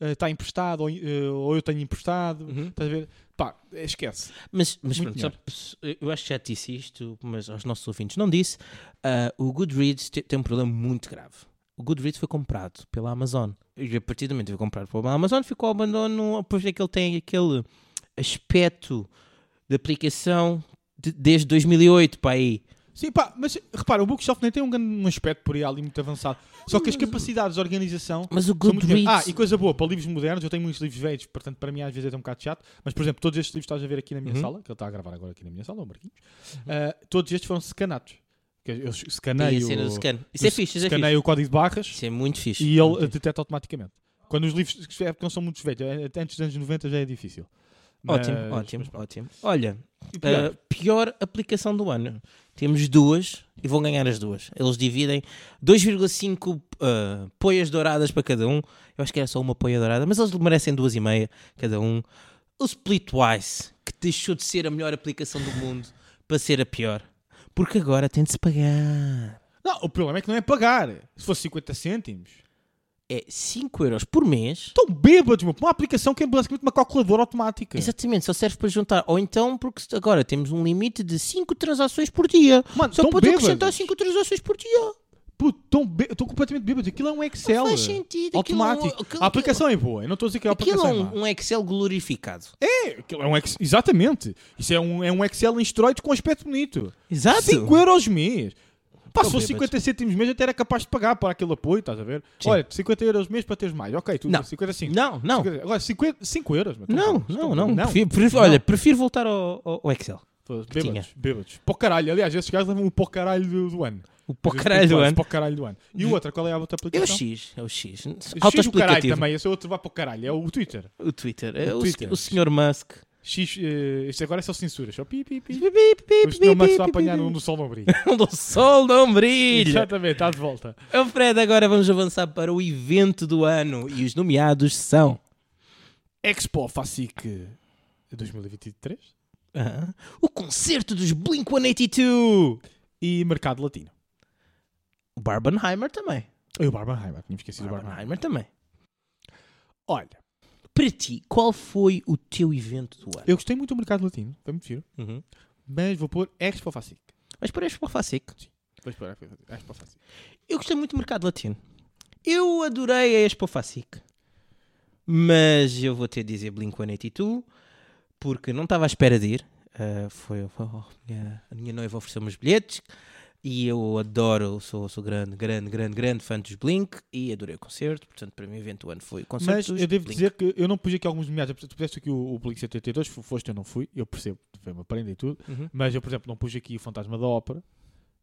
eh, está emprestado ou, eh, ou eu tenho emprestado, estás a ver? Pá, eh, esquece. Mas, mas Muito pronto, só- eu acho que já te disse isto, mas aos nossos ouvintes não disse. Ah, o Goodreads te- tem um problema muito grave. O Goodreads foi comprado pela Amazon. E a partir do momento que foi comprado pela Amazon, ficou ao abandono, pois é que ele tem aquele aspecto de aplicação de- desde 2008 para aí. Sim, pá, mas repara, o Bookshelf nem tem um grande um aspecto por aí ali muito avançado. Só que as capacidades de organização Mas o São muito grandes. Goodreads... Ah, e coisa boa, para livros modernos, eu tenho muitos livros velhos, portanto, para mim às vezes é um bocado chato, mas por exemplo, todos estes livros que estás a ver aqui na minha Uhum. sala, que ele está a gravar agora aqui na minha sala, o Marquinhos, ah, todos estes foram scanados. Que Eu Tem escaneio, a cena do scan. Isso eu é fixe, isso é escaneio fixe. o código de barras Isso é muito fixe. e ele detecta automaticamente. Quando os livros, é porque não são muito velhos, é- antes dos anos 90 já é difícil. Ótimo, Mas- ótimo, Eh, mas pronto. ótimo. Olha, E pior? a pior aplicação do ano. Temos duas e vão ganhar as duas. Eles dividem 2,5 ah, poias douradas para cada um. Eu acho que era só uma poia dourada, mas eles merecem duas e meia cada um. O Splitwise, que deixou de ser a melhor aplicação do mundo para ser a pior. Porque agora tem de se pagar. Não, o problema é que não é pagar. Se fosse 50 cêntimos. É 5 euros por mês. Estão bêbados, meu. Uma aplicação que é basicamente uma calculadora automática. Exatamente, só serve para juntar. Ou então, porque se- agora temos um limite de 5 transações por dia. Mano, Só tão pode acrescentar bêbados. 5 transações por dia. Puto, estão bê- estão completamente bêbados. Aquilo é um Excel. faz sentido, aquilo é um- Automático. aquilo- a aplicação é boa. Eu não estou a dizer que a Aquilo aplicação é é má. um, um Excel glorificado. É, aquilo é um Ex- Exatamente. Isso é um, é um Excel em esteroide com aspecto bonito. Exato. 5 euros mês. Pá, se Tô fosse bêbado. 50 cêntimos mês, até era capaz de pagar para aquele apoio, estás a ver? Sim. Olha, 50 euros mês para teres mais. Ok, tudo Não. 55. Não, não. 50. Agora, 50, 5 euros. meu. Não, Estão- não, estão- não. Prefiro, prefiro- Não. Olha, prefiro voltar ao, ao- ao Excel. Todos que Bêbados, tinha. bêbados. Pó caralho. Aliás, esses gajos levam o pó caralho do, do ano. O pó caralho do ano. Pó caralho do ano. E o outro, qual é a outra É o aplicação? X, é o X. X o caralho Autoexplicativo. também. Esse outro vai para o caralho. É o Twitter. O Twitter. é O O, Twitter. se- o senhor Musk. X, eh, este agora é só censura. Só pi, pi, pi. Bip, bip, bip, O senhor bip, Max bip, vai bip, apanhar bip. um do sol não brilha. Onde o sol não brilha. Exatamente, está de volta. Oh, Fred, agora vamos avançar para o evento do ano. E os nomeados são... Expo Facic eh, 2023 Ah, o concerto dos Blink-182. e Mercado Latino. O Barbenheimer também. E o Barbenheimer, tínhamos esquecido o Barbenheimer. Barbenheimer também. Olha, Para ti, qual foi o teu evento do ano? eu gostei muito do Mercado Latino, foi muito giro, Uhum. mas vou pôr Expo Facic. Mas para este Facic. Vou pôr Expo Facic. Eu gostei muito do mercado latino. Eu adorei a Expo Facic. Mas eu vou ter de dizer Blink-182 porque não estava à espera de ir. Ah, foi, foi- oh, minha- a minha noiva ofereceu-me os bilhetes e eu adoro, sou, sou grande, grande, grande, grande fã dos Blink e adorei o concerto. Portanto, para mim o evento do ano foi o concerto Mas dos eu devo Blink. dizer que eu não pus aqui alguns nomeados. Tu puseste aqui o, o Blink 72, fo- foste eu não fui, eu percebo, foi uma prenda e tudo. Uhum. Mas eu, por exemplo, não pus aqui o Fantasma da Ópera.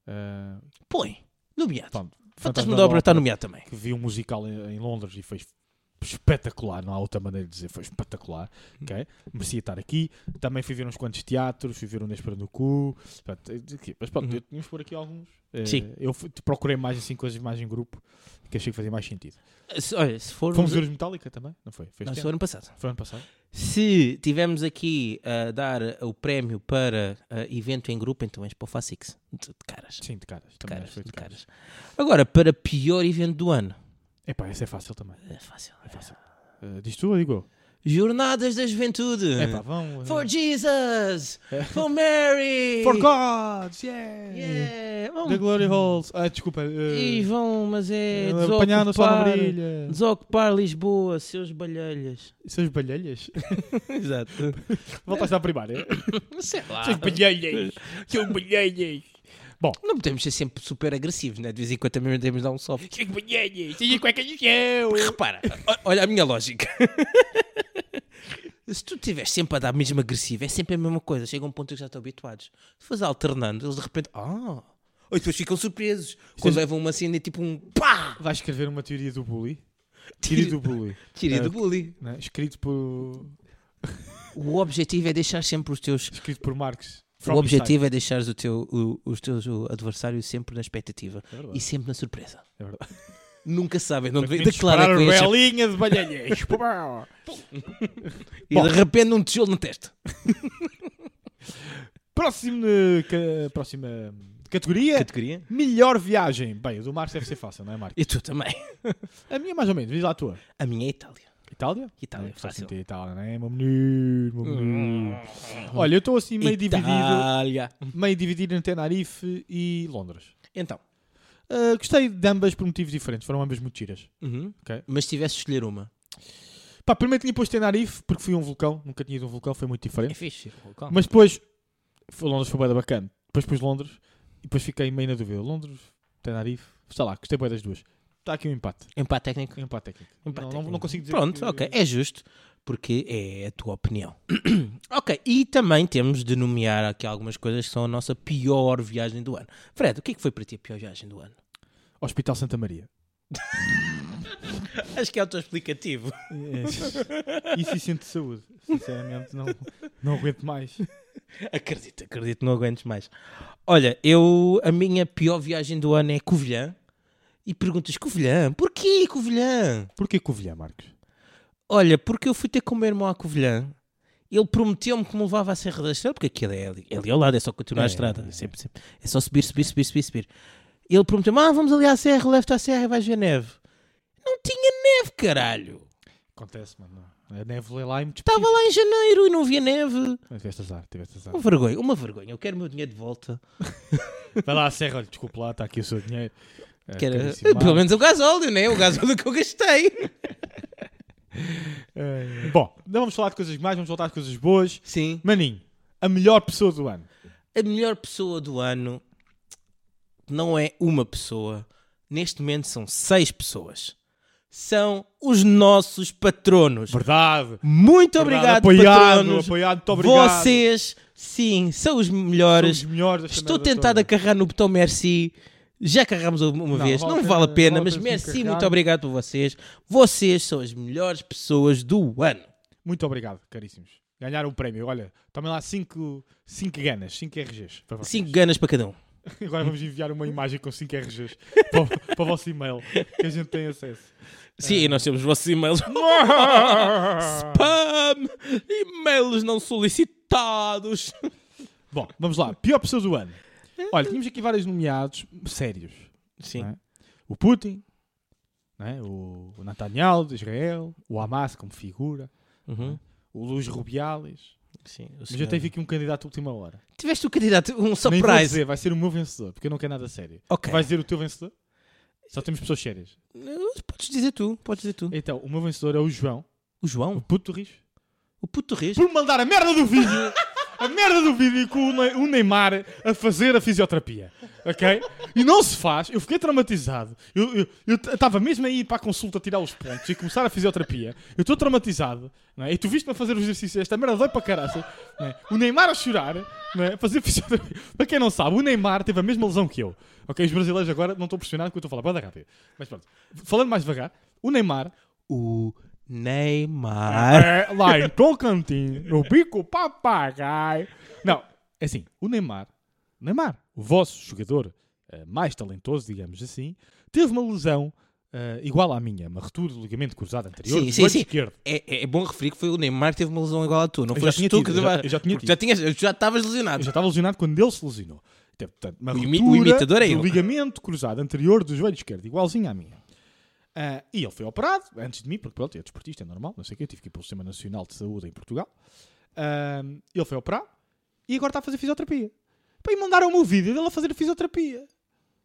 Ah, Põe, nomeado. pronto, Fantasma da Obra está nomeado também. que vi um musical em, em Londres e foi espetacular, não há outra maneira de dizer, foi espetacular, Hum. ok? Merecia estar aqui. Também fui ver uns quantos teatros, fui ver o Nespera no Cu, Portanto, eh, aqui. mas pronto, Uhum. eu tínhamos por aqui alguns. Eh, Sim. Eu fui- procurei mais assim coisas mais em grupo, que achei que fazia mais sentido. Se- olha, se for. Fomos ver os Metallica também, não foi? Foi, Não, este se for ano? ano passado. foi ano passado? Se tivermos aqui a dar o prémio para ah, evento em grupo, então és para o Facix. De, de caras. Sim, de caras. De Também caras, acho que foi de de caras. caras. Agora, para pior evento do ano. Epá, essa é fácil também. É fácil, é fácil. Eh, diz tu ou digo eu? Jornadas da Juventude. Epá, vão. eh, For Jesus! For Mary! For Gods, yeah! Yeah! Vão- The Glory Halls. Ah, desculpa. eh, E vão, mas é. eh, apanhar no sol não desocupar- brilha. Desocupar Lisboa, seus balhelhas. Seus balhelhas? Exato. Voltaste à primária? Sei lá. Seus balhelhas! Seus balhelhas! Não podemos ser sempre super agressivos, né? De vez em quando também temos de dar um soft. Seus balhelhas! Seja cueca de chão! Repara, o- olha a minha lógica. Se tu estiveres sempre a dar mesmo agressivo, é sempre a mesma coisa. Chega um ponto que já estão habituados. Se fores alternando, eles de repente. Ah! Ou depois ficam surpresos quando levam uma cena e tipo um pá! Vais escrever uma teoria do bully? Teoria do bully. Tira Ah, do bully. né? Escrito por... O objetivo é deixar sempre os teus. Escrito por Marx. O objetivo é deixar o teu, o- os teus o adversário sempre na expectativa É verdade. e sempre na surpresa. É verdade. é Nunca sabem, não devem Declarar declarar que vem a chapa- belinha de balhelhas! Pá! E Bom. de repente um tijolo na testa. Próximo, eh, ca- Próxima categoria. Categoria? Melhor viagem. Bem, o do Marx deve ser fácil, não é, Marco? E tu também. A minha, mais ou menos. Diz lá a tua. A minha é Itália. Itália? Itália, É, só fácil. senti Itália, não é? Meu menino, meu menino. Uhum. Olha, eu estou assim meio dividido, Itália. meio dividido entre Tenerife e Londres. Então, Ah, gostei de ambas por motivos diferentes, foram ambas muito giras. Uhum. Ok. uhum. mas se tivesse de escolher uma, Pá, primeiro tinha posto Tenerife porque fui a um vulcão, nunca tinha ido a um vulcão, foi muito é diferente. fixe. Calma. Mas depois, foi- Londres foi bem bacana. Depois pus Londres e depois fiquei meio na dúvida. Londres, Tenerife, sei lá, gostei bem das duas. Está aqui um empate. Empate técnico. Um empate técnico. Empate não, não- técnico. não consigo dizer. Pronto, que- ok. É justo, porque é a tua opinião. ok, e também temos de nomear aqui algumas coisas que são a nossa pior viagem do ano. Fred, o que é que foi para ti a pior viagem do ano? Hospital Santa Maria. Acho que é autoexplicativo. Isso É. e sinto saúde. Sinceramente, não, não aguento mais. Acredito, acredito, não aguentes mais. Olha, eu a minha pior viagem do ano é Covilhã. E perguntas, Covilhã? Porquê Covilhã? Porquê Covilhã, Marcos? Olha, porque eu fui ter com o meu irmão à Covilhã. Ele prometeu-me que me levava à Serra da Estrela, porque aquilo é ali, é ali ao lado, é só continuar É, a estrada. é, É, sempre, sempre. é só subir, subir, subir, subir, subir. Ele prometeu-me, ah, vamos ali à Serra, leva-te à Serra e vais ver neve. Não tinha neve, caralho. Acontece, mano. A neve lê lá é e me Estava despediu. lá em janeiro e não via neve. Tiveste azar, tiveste azar. Uma vergonha, uma vergonha. Eu quero o meu dinheiro de volta. Vai lá à serra, olha, desculpa lá, está aqui o seu dinheiro. É, Quero- caríssimo. pelo menos o gasóleo, né? O gasóleo que eu gastei. É. Bom, não vamos falar de coisas mais, vamos voltar às coisas boas. Sim. Maninho, a melhor pessoa do ano. A melhor pessoa do ano não é uma pessoa. Neste momento são seis pessoas. São os nossos patronos. Verdade. Muito Verdade, obrigado, apoiado, patronos. apoiado, muito obrigado. Vocês, sim, são os São melhores. os melhores desta Estou merda tentado toda. a carregar no botão merci. Já carregamos uma Não, vez, vale não a vale a pena- pena, vale a mas pena sim merci, carregar. muito obrigado por vocês. Vocês são as melhores pessoas do ano. Muito obrigado, caríssimos. Ganharam o prémio. Olha, tomem lá 5 ganas, 5 RGs. para vocês. 5 ganas para cada um. Agora vamos enviar uma imagem com 5 RGs para, o- para o vosso e-mail, que a gente tem acesso. Sim, e nós temos os vossos e-mails. Spam! E-mails não solicitados. Bom, vamos lá. Pior pessoa do ano. Olha, tínhamos aqui vários nomeados sérios. Sim. Não é? O Putin, não é? o, o Netanyahu de Israel, o Hamas como figura, Uhum. o Luís Rubiales. Sim, o é? Mas eu senhor. tenho aqui um candidato de última hora. Tiveste o candidato, um Nem vou surprise. dizer, vai ser o meu vencedor, porque eu não quero nada sério. Ok. Vais dizer o teu vencedor? Só temos pessoas sérias. Não, Podes dizer tu, podes dizer tu. Então, o meu vencedor é o João, O o João, puto do Rijo. o puto Torres. por mandar a merda do vídeo, a merda do vídeo com o Ne- o Neymar a fazer a fisioterapia, ok? E não se faz, eu fiquei traumatizado. Eu estava mesmo aí para a consulta tirar os pontos e começar a fisioterapia. Eu estou traumatizado, não é? E tu viste-me a fazer os exercícios, esta merda dói para caraça. não é? O Neymar a chorar, não é? A fazer fisioterapia. Para quem não sabe, o Neymar teve a mesma lesão que eu, ok? Os brasileiros agora não estão pressionados com o que eu estou a falar, pode rápido. Mas pronto, falando mais devagar, o Neymar O Neymar. é, lá em Tocantins, no bico papagaio. Não, é assim, o Neymar, Neymar, o vosso jogador eh, mais talentoso, digamos assim, teve uma lesão eh, igual à minha, uma retura do ligamento cruzado anterior Sim, do sim, joelho sim. esquerdo. É, é bom referir que foi o Neymar que teve uma lesão igual à tua. Não Eu já foste tinha tu tido, que eu deva- já- eu já tinha Porque já tinhas, eu já estavas Eu lesionado. já estava lesionado quando ele se lesionou. Teve, portanto, uma O imi- o ruptura imitador é do ele. ligamento cruzado anterior do joelho esquerdo, igualzinho à minha. Ah, e ele foi operado antes de mim, porque pronto, é desportista, é normal, não sei o que, eu tive que ir para o Sistema Nacional de Saúde em Portugal. Ah, ele foi operado e agora está a fazer fisioterapia. Pá, e mandaram-me o vídeo dele a fazer a fisioterapia.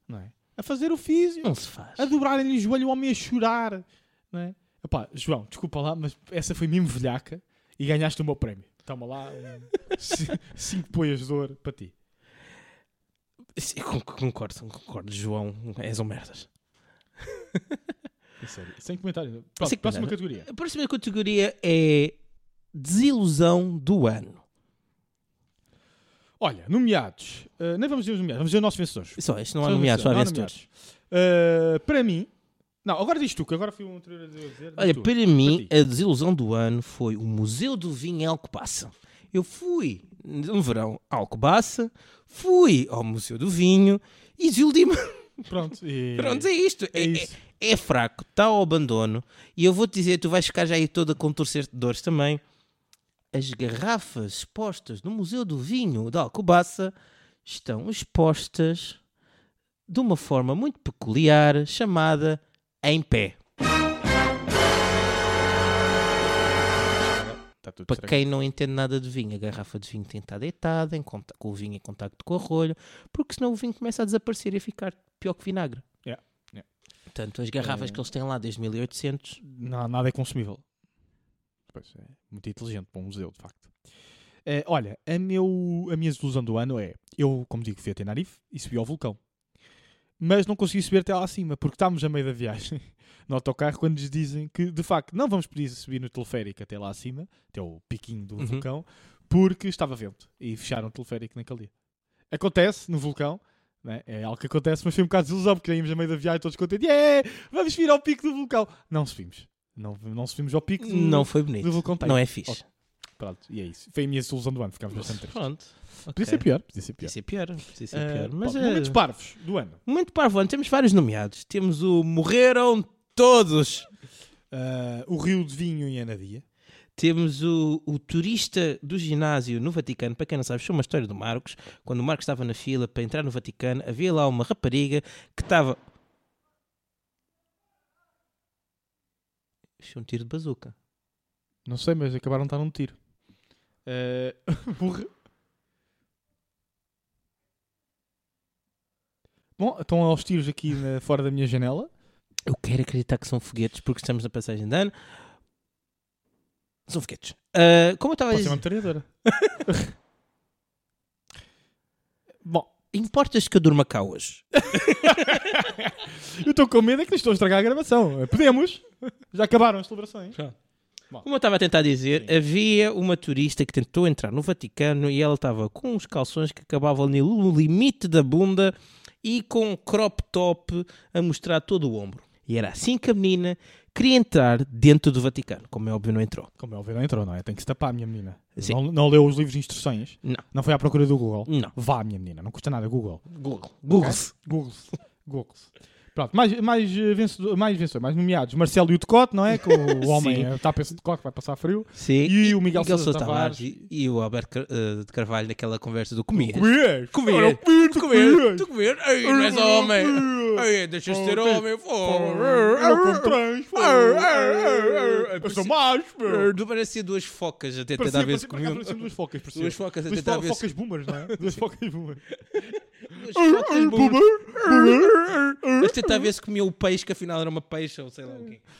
Não é? A fazer o físio Não se faz. a dobrarem-lhe o joelho, o homem a chorar. Não é? Epá, João, desculpa lá, mas essa foi mesmo velhaca e ganhaste o meu prémio. Toma lá, um, ci- cinco poias de ouro para ti. Sim, con- Concordo, concordo. João, és um merdas. É sério, sem comentário. Pronto, Sem próxima comentário. categoria. A próxima categoria é desilusão do ano. Olha, nomeados. Ah, nem vamos dizer os nomeados, vamos dizer os nossos vencedores. Só, este não há Só os nomeados, só há vencedores, vencedores. não há nomeados. Ah, para mim. Não, agora diz tu, que agora fui um anterior a dizer. diz Olha, tu. para mim, ti. a desilusão do ano foi o Museu do Vinho em Alcobaça. Eu fui no verão a Alcobaça, fui ao Museu do Vinho e desiludi-me. Pronto, e- Pronto, é isto. É, É isso. é- é fraco, está ao abandono. E eu vou te dizer, tu vais ficar já aí toda a contorcer de dores também. As garrafas expostas no Museu do Vinho da Alcobaça estão expostas de uma forma muito peculiar, chamada em pé. Está Tá tudo Para estranho. quem não entende nada de vinho, a garrafa de vinho tem que estar deitada, em conta- com o vinho em contacto com a rolha, porque senão o vinho começa a desaparecer e a ficar pior que vinagre. Yeah, yeah. Portanto, as garrafas Eh, que eles têm lá desde 1800 Não, nada é consumível. Pois é, muito inteligente para um museu, de facto. Eh, olha, a, meu, a minha desilusão do ano é: eu, como digo, fui a Tenerife e subi ao vulcão. Mas não consegui subir até lá acima, porque estávamos a meio da viagem no autocarro quando nos dizem que, de facto, não vamos poder subir no teleférico até lá acima, até o piquinho do Uhum. vulcão, porque estava vento e fecharam o teleférico naquele dia. Acontece no vulcão, Né? É algo que acontece, mas foi um bocado desilusão, porque íamos a meio da viagem todos contentes. Yeah, vamos vir ao pico do vulcão. Não subimos. Não, não subimos ao pico do... Não foi bonito. do vulcão Teide. Não é fixe. Pronto, e é isso. Foi a minha desilusão do ano, ficámos bastante tristes. Pronto. Podia ser pior, podia ser pior. Podia ser pior. Podia ser Eh, pior. Mas pá, é... Momentos parvos do ano. Momento parvo. ano. Temos vários nomeados. Temos o Morreram Todos. Ah, o Rio de Vinho em Anadia. Temos o, o turista do ginásio no Vaticano. Para quem não sabe, foi uma história do Marcos. Quando o Marcos estava na fila para entrar no Vaticano, havia lá uma rapariga que estava. Isto é um tiro de bazuca. Não sei, mas acabaram de dar um tiro. Eh, morre- Bom, estão aos tiros aqui na- fora da minha janela. Eu quero acreditar que são foguetes, porque estamos na passagem de ano. São foguetes. Ah, como eu estava a Pode ser dizer, uma metralhadora. Bom, importas que eu durma cá hoje? eu estou com medo é que lhes estou a estragar a gravação. Eh, Podemos? Já acabaram as celebrações. Como eu estava a tentar dizer, Sim. havia uma turista que tentou entrar no Vaticano e ela estava com uns calções que acabavam ali no limite da bunda e com um crop top a mostrar todo o ombro. E era assim que a menina queria entrar dentro do Vaticano. Como é óbvio, não entrou. Como é óbvio, não entrou, não é? Tem que se tapar, minha menina. Sim. Não, não leu os livros de instruções? Não. Não foi à procura do Google? Não. Vá, minha menina, não custa nada, Google. Google. Google. Google. Google. Pronto, mais, mais, eh, vencedor, mais vencedor, mais nomeados. Marcelo e o Decote, não é? Com o homem eh, tapa esse Decote, vai passar frio. Sim. E, o Miguel, Miguel Sousa Sousa Tavares Tavares. e, e o Alberto Car- eh, de Carvalho naquela conversa do comer. Comer! Comer. Ora, comer, tu comer! Tu comer? Ai, não és homem. Ai, deixas de ser homem. Eu como trans! pô. Eu sou macho! pô. Tu parecia duas focas a tentar dar vezes um- por acaso, comigo. pareciam duas focas, parecia. Duas focas a Duas tentar fo- ver se- focas boomers, não é? Duas focas boomers. Duas focas boas. Boomer! Mas tentar ver se comia o peixe, que afinal era uma peixe ou sei lá o quê.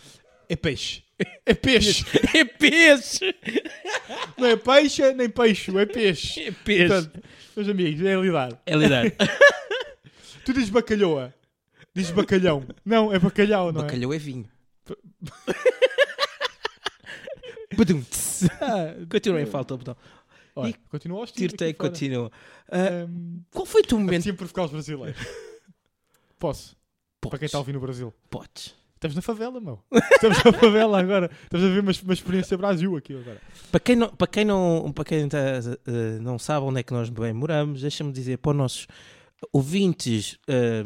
É peixe. É peixe. É peixe! Não é peixe, nem peixe, é peixe. É peixe! Portanto, meus amigos, é lidar. É lidar. Tu dizes bacalhoa. Dizes bacalhão. Não, é bacalhau, não Bacalhau é vinho. é? Ah, Continua em falta o botão. olha, E- continua aos tiros. Tirtei, aqui fora. continua. Ah, Ahm, qual foi o teu momento? Sempre provocar os brasileiros. Posso? Para quem tá está a ouvir no Brasil. Podes. Estamos na favela, meu. Estamos na favela agora. Estamos a ver uma, uma experiência Brasil aqui agora. Para quem não, para quem não, para quem tá, eh, não sabe onde é que nós bem moramos, deixa-me dizer para os nossos ouvintes eh,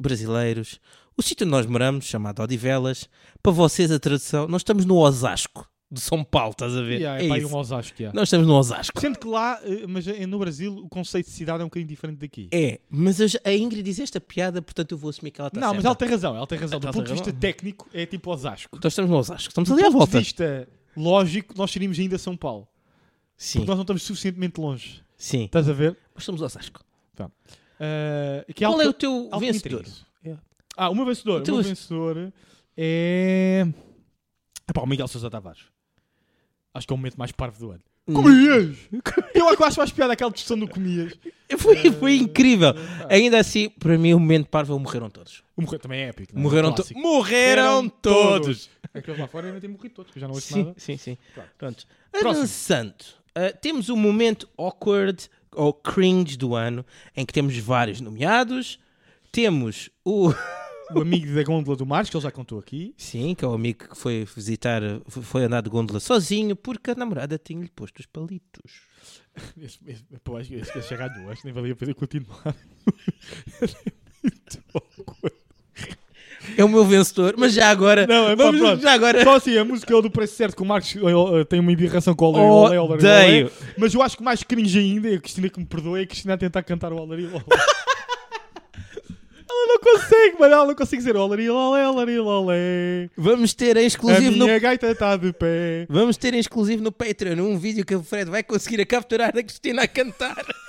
brasileiros, o sítio onde nós moramos, chamado Odivelas, para vocês a tradução, nós estamos no Osasco de São Paulo, estás a ver? Yeah, é pá, isso. um Osasco, yeah. Nós estamos no Osasco. Sendo que lá, eh, mas eh, no Brasil, o conceito de cidade é um bocadinho diferente daqui. É, mas eu já- a Ingrid diz esta piada, portanto eu vou assumir que ela está não, mas certa. ela tem razão. Ela tem razão. Do Ela ponto de tem vista razão. técnico, é tipo Osasco. Nós estamos no Osasco, estamos ali à Do ponto de volta. vista lógico, nós seríamos ainda São Paulo. Sim, Porque nós não estamos suficientemente longe. sim. Estás a ver? Nós estamos no Osasco. Eh, que Qual algo- é o teu algo que me vencedor? interessa. Yeah. Ah, o meu vencedor. O O teu meu venc- vencedor é. Epá, o Miguel Sousa Tavares. Acho que é o momento mais parvo do ano. Hum. Comias! Eu é que acho mais piada aquela discussão do comias. Foi, foi incrível. Ainda assim, para mim, o momento parvo é o morreram todos. O morrer também é épico. não é? Morreram, Um to- clássico. morreram todos. Aqueles É lá fora ainda têm morrido todos, que eu já não ouço Sim, nada. sim, sim. Pronto. Pronto. Próximo. Avançando, ah, temos um momento awkward ou cringe do ano em que temos vários nomeados. Temos o. O amigo da gôndola do Marcos, que ele já contou aqui. Sim, que é o amigo que foi visitar, foi- foi andar de gôndola sozinho porque a namorada tinha-lhe posto os palitos. Esse, esse, pô, acho que esse, esse já ganhou, acho que nem valia a pena continuar. É o meu vencedor, mas já agora. Não, é pá, vamos, pronto. já agora. Só assim, a música é o do preço certo que o Marcos eh, eh, tem uma embirração com o Olé Olé Olé Olé. Odeio. Mas eu acho que mais cringe ainda, e a Cristina que me perdoe, é a Cristina a tentar cantar o Olé Olé. Ela não consegue, mano, ela não consegue dizer Olé Olé Olé Olé. Vamos ter em A exclusivo no. minha gaita está de pé. Vamos ter em exclusivo no Patreon um vídeo que o Fred vai conseguir a capturar da Cristina a cantar. Vai-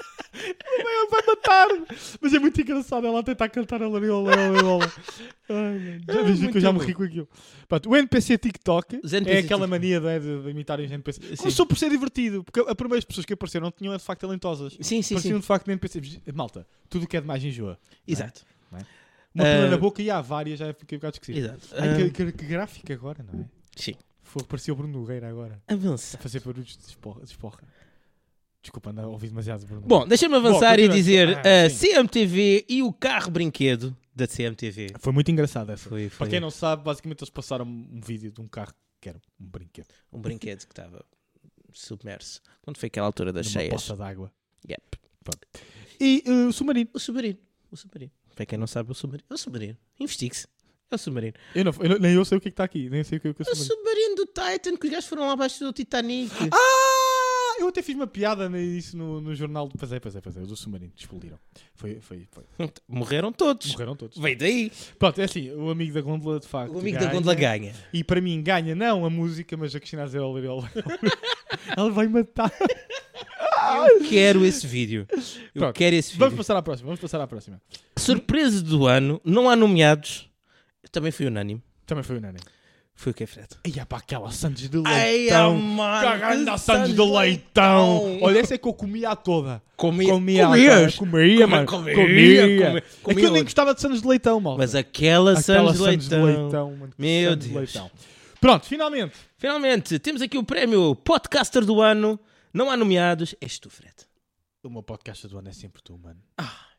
Vai matar-me. Mas é muito engraçado ela a tentar cantar a Olé Olé Olé Olé. Ai, mano, Já Ah, vês que muito eu já bom. morri com aquilo. Pronto, o NPC TikTok Os NPC é aquela TikTok. mania não é, de, de imitarem os NPCs. Começou por ser divertido, porque as primeiras pessoas que apareceram não tinham de facto talentosas. Sim, sim, Pareciam sim. de facto de NPCs. Malta, tudo o que é demais enjoa. Exato. Uma pila Ah. na boca e há várias, já fiquei um bocado esquecido. Exato. Ai, que, Ah, que- que gráfico agora, não é? sim. Ah, Foi, parecia o Bruno Nogueira agora. Avança. A fazer barulhos de esporra. De esporra. Desculpa, anda a ouvir demasiado. Bruno. Bom, deixa-me avançar e continua. dizer Ah, a sim. CMTV e o carro brinquedo da CMTV. foi muito engraçado essa. Foi, Para foi quem não sabe, basicamente eles passaram um vídeo de um carro que era um brinquedo. um brinquedo que estava submerso. Quando foi aquela altura das Numa cheias. poça d'água. Yep. E eh, o submarino. O submarino. O submarino. Para quem não sabe, o submarino. É o submarino. Investigue-se. É o submarino. Eu não, eu não- nem eu sei o que é que está aqui. Nem sei o que é que é o É o submarino. submarino do Titan, que os gajos foram lá abaixo do Titanic. Ah! Eu até fiz uma piada nisso no, no jornal. do- Pois é, pois é, pois é. Os do submarino explodiram. Foi, foi, foi. Morreram todos. Morreram todos. Veio daí. Pronto, é assim. O amigo da gôndola, de facto. O amigo da Gondola ganha. E para mim ganha não a música, mas a Cristina Azevedo ela, ela vai matar. Eu quero esse vídeo. Eu Pronto. quero esse Vamos vídeo. passar à próxima, vamos passar à próxima. Surpresa do ano. Não há nomeados. Também foi unânime. Também foi unânime. Foi o que é Fred. E pá, aquela Santos de Ai, Leitão. amor, Cagando a que Santos de Leitão. Olha, essa é que eu comia a toda. Comia- comia, comias? a- comia, mano. Comia, Comia, comia, comia. Aquilo nem gostava de Santos de Leitão, mal. Mas aquela aquela Santos de Leitão. mano, que Meu Santos de Deus. Leitão. Pronto, finalmente. Finalmente, temos aqui o prémio Podcaster do Ano. Não há nomeados. És tu, Fred. O meu podcast do ano é sempre tu, mano.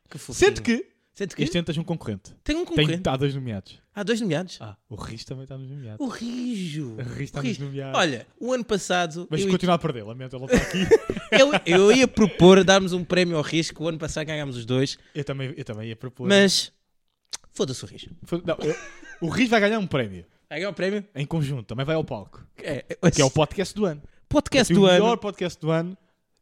Que fofinho. Sente que Sente que este ano tens um concorrente. tem um Tem, concorrente. há dois nomeados. Há dois nomeados. Ah, o Riz também está nos nomeados. O Rijo. O Rijo está O Rijo. nos nomeados. Olha, o ano passado Mas eu, continua a perder, lamento, ela está aqui. eu, eu ia propor darmos um prémio ao Rijo, que o ano passado ganhámos os dois, eu, também, eu também ia propor. mas foda-se o Rijo. Foi- não, eu- o Riz vai ganhar um prémio Vai ganhar o prémio? em conjunto, também vai ao palco. É, Que é o podcast do ano. podcast E do o ano. melhor podcast do ano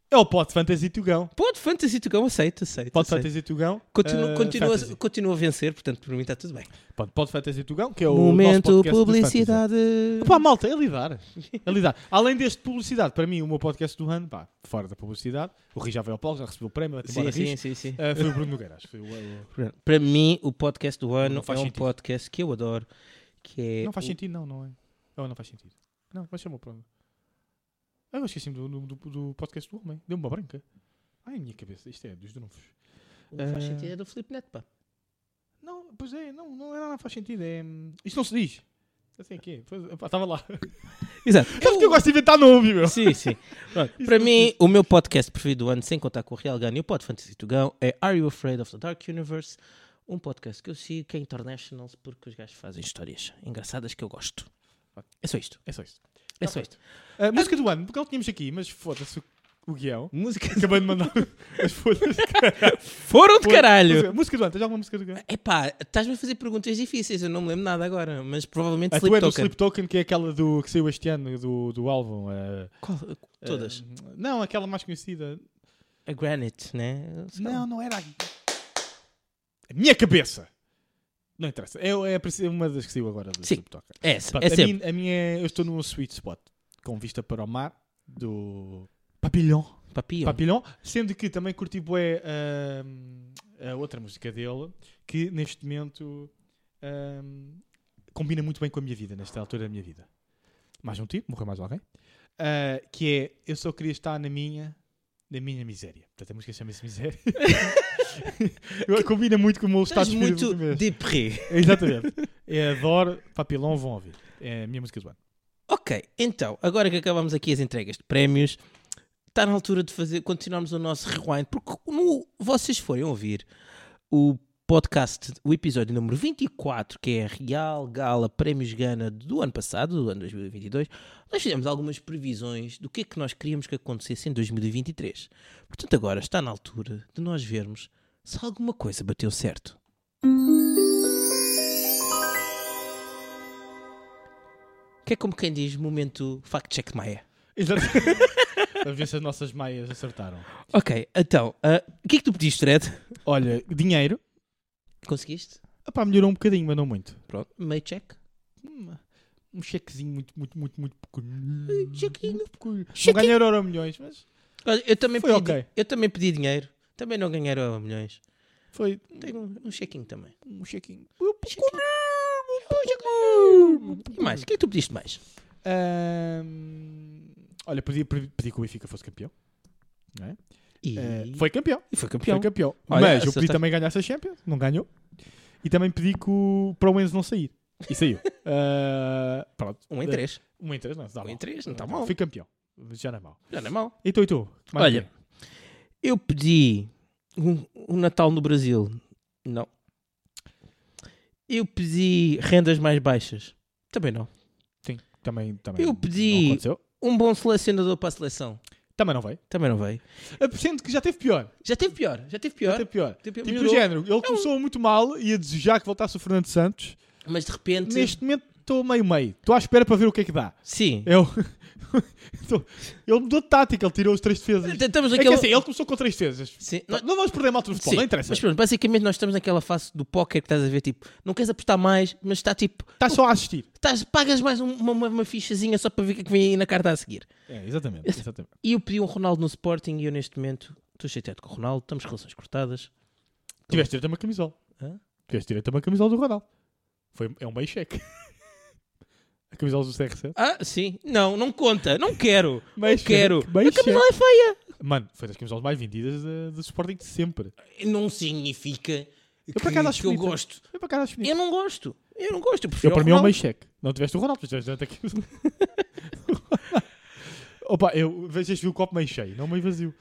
é o Pod Fantasy Tugão. Pode Fantasy Tugão, aceito, aceito. Pod aceito. Fantasy Tugão. Continua, eh, continua, Fantasy. continua a vencer, portanto, por mim está tudo bem. Pronto, Pod Fantasy Tugão, que é o nosso Momento podcast de publicidade. fantasy. Pá, malta, é lidar. É lidar. Além deste publicidade, para mim, o meu podcast do ano, pá, fora da publicidade, o Riz já veio ao palco, já recebeu o prémio, vai-te Sim, embora, sim, Riz. sim, sim. Eh, foi o Bruno Nogueiras. Foi o- o- Para mim, o podcast do ano Não é um faz sentido. podcast que eu adoro. Que é Não faz o- sentido, não, não é? Não, não faz sentido. Não, mas chamou para. Ah, eu esqueci-me do, do, do podcast do homem. Deu-me uma branca. Ai, a minha cabeça. Isto é dos drunfos. o Não faz Eh, sentido é do Felipe Neto, pá. Não, pois é, não, não é nada, faz sentido. É... hum, Isto não se diz. Assim aqui. Estava lá. Exato. Sabe que eu gosto de inventar nome, meu? Sim, sim. Pronto, para mim, o meu podcast preferido do ano, sem contar com o Real Gun e o Pod Fantasy Tugão, é Are You Afraid of the Dark Universe? Um podcast que eu sigo, que é international, porque os gajos fazem histórias engraçadas que eu gosto. É só isto. É só isto. É só isto. Ah, música do ano, porque não tínhamos aqui, mas foda-se o, o guião. Música. Acabei de mandar. mas foda-se. Foram de caralho! Música, música do ano, tens alguma música É do ano? Epá, estás-me a fazer perguntas difíceis, eu não me lembro nada agora, mas provavelmente A tua Sleep é do Token. Sleep Token, que é aquela do, que saiu este ano do, do álbum. ah, Qual? Todas. ah, não, aquela mais conhecida. A Granite, né? Não, não era. A minha cabeça! Não interessa. É, é a princi- uma das que saiu agora do Sim. Sleep Token. É essa, Pronto, é a, sempre. minha, a minha- eu estou num sweet spot com vista para o mar do Papillon. Papillon. Papillon, sendo que também curti bué ahm, a outra música dele que neste momento ahm, combina muito bem com a minha vida, nesta altura da minha vida. Mais um tipo, morreu mais alguém. Ah, que é Eu só queria estar na minha na minha miséria. Portanto, a música chama-se Miséria. combina muito com o meu estado Estás de espírito muito do mês. deprê. Exatamente. É, adoro Papillon, vão ouvir. É a minha música do ano. Ok, então, agora que acabamos aqui as entregas de prémios, está na altura de fazer, continuarmos o nosso rewind, porque no, vocês foram ouvir o podcast, o episódio número 24, que é a Real Gala Prémios Gana do ano passado, do ano 2022, nós fizemos algumas previsões do que é que nós queríamos que acontecesse em 2023. Portanto, agora está na altura de nós vermos se alguma coisa bateu certo. Que é como quem diz, momento fact-check Maia. Exato. a ver se as nossas maias acertaram. Ok, então, ah, o que é que tu pediste, Fred? Olha, dinheiro. Conseguiste? Epá, melhorou um bocadinho, mas não muito. Pronto. Meio check? Uma- Um chequezinho muito, muito, muito, muito pequenino. chequinho. Hum, Muito pequenino. Não Chequinho. ganhar euro milhões, mas Olha, eu também, Foi pedi, ok. eu também pedi dinheiro. Também não ganhei euro milhões. foi Tenho um, um chequinho também. um chequinho. E mais? O que é que tu pediste mais? Ahm, Olha, pedi, pedi pedi que o Benfica fosse campeão. não é? E Eh, foi campeão. e foi Foi campeão. campeão. mas Olha, eu pedi acertaste. também ganhar essa Champions, não ganhou. E também pedi que o, para o Enzo não sair. E saiu. Ah, pronto. Um em três. Um em três, não, está Um mal. em três, não está mal. Fui campeão. Já não é mal. Já não é mau. E tu, e tu? Mais Olha, um. Eu pedi um, um Natal no Brasil. Não. Eu pedi rendas mais baixas. Também não. Sim, também, também Eu não pedi- aconteceu. Um bom selecionador para a seleção. Também não veio. Também não veio. Sendo que já teve pior. Já teve pior. Já teve pior. Já teve pior. Tipo, Tipo, do melhorou. género, ele começou muito mal e a desejar que voltasse o Fernando Santos. Mas de repente. Neste momento estou meio meio. Estou à espera para ver o que é que dá. Sim. Eu... Tô- ele mudou de tática, ele tirou os três defesas. É Estamos que naquela- assim, ele começou com três defesas. Sim. Não, não vamos perder mal do futebol, Sim, Tá, não interessa. Mas pronto, basicamente nós estamos naquela fase do póquer que estás a ver, tipo, não queres apostar mais, mas está tipo, Está Tá só a assistir. estás, pagas mais um- uma, uma, uma fichazinha só para ver o que é que vem aí na carta a seguir. É, exatamente. exatamente. E eu pedi um Ronaldo no Sporting e eu neste momento estou chateado com o Ronaldo, estamos com relações cortadas. Tiveste direito a uma camisola. Hã? Tiveste direito a uma camisola do Ronaldo. Foi, é um meio cheque. a camisola do CR7. Ah, sim, não, não conta, não quero, Mas- não quero. mas- a camisola é feia. Mano, foi das camisolas mais vendidas eh, do Sporting de sempre. Não significa por que, acaso acho que eu bonita. gosto. Eu para cá acho bonito. Eu não gosto, eu não gosto, eu prefiro Eu, para o mim é um meio Ronaldo. cheque. Não tiveste o Ronaldo, mas tiveste a camisola. Opa, eu vejo este o copo meio cheio, não meio vazio.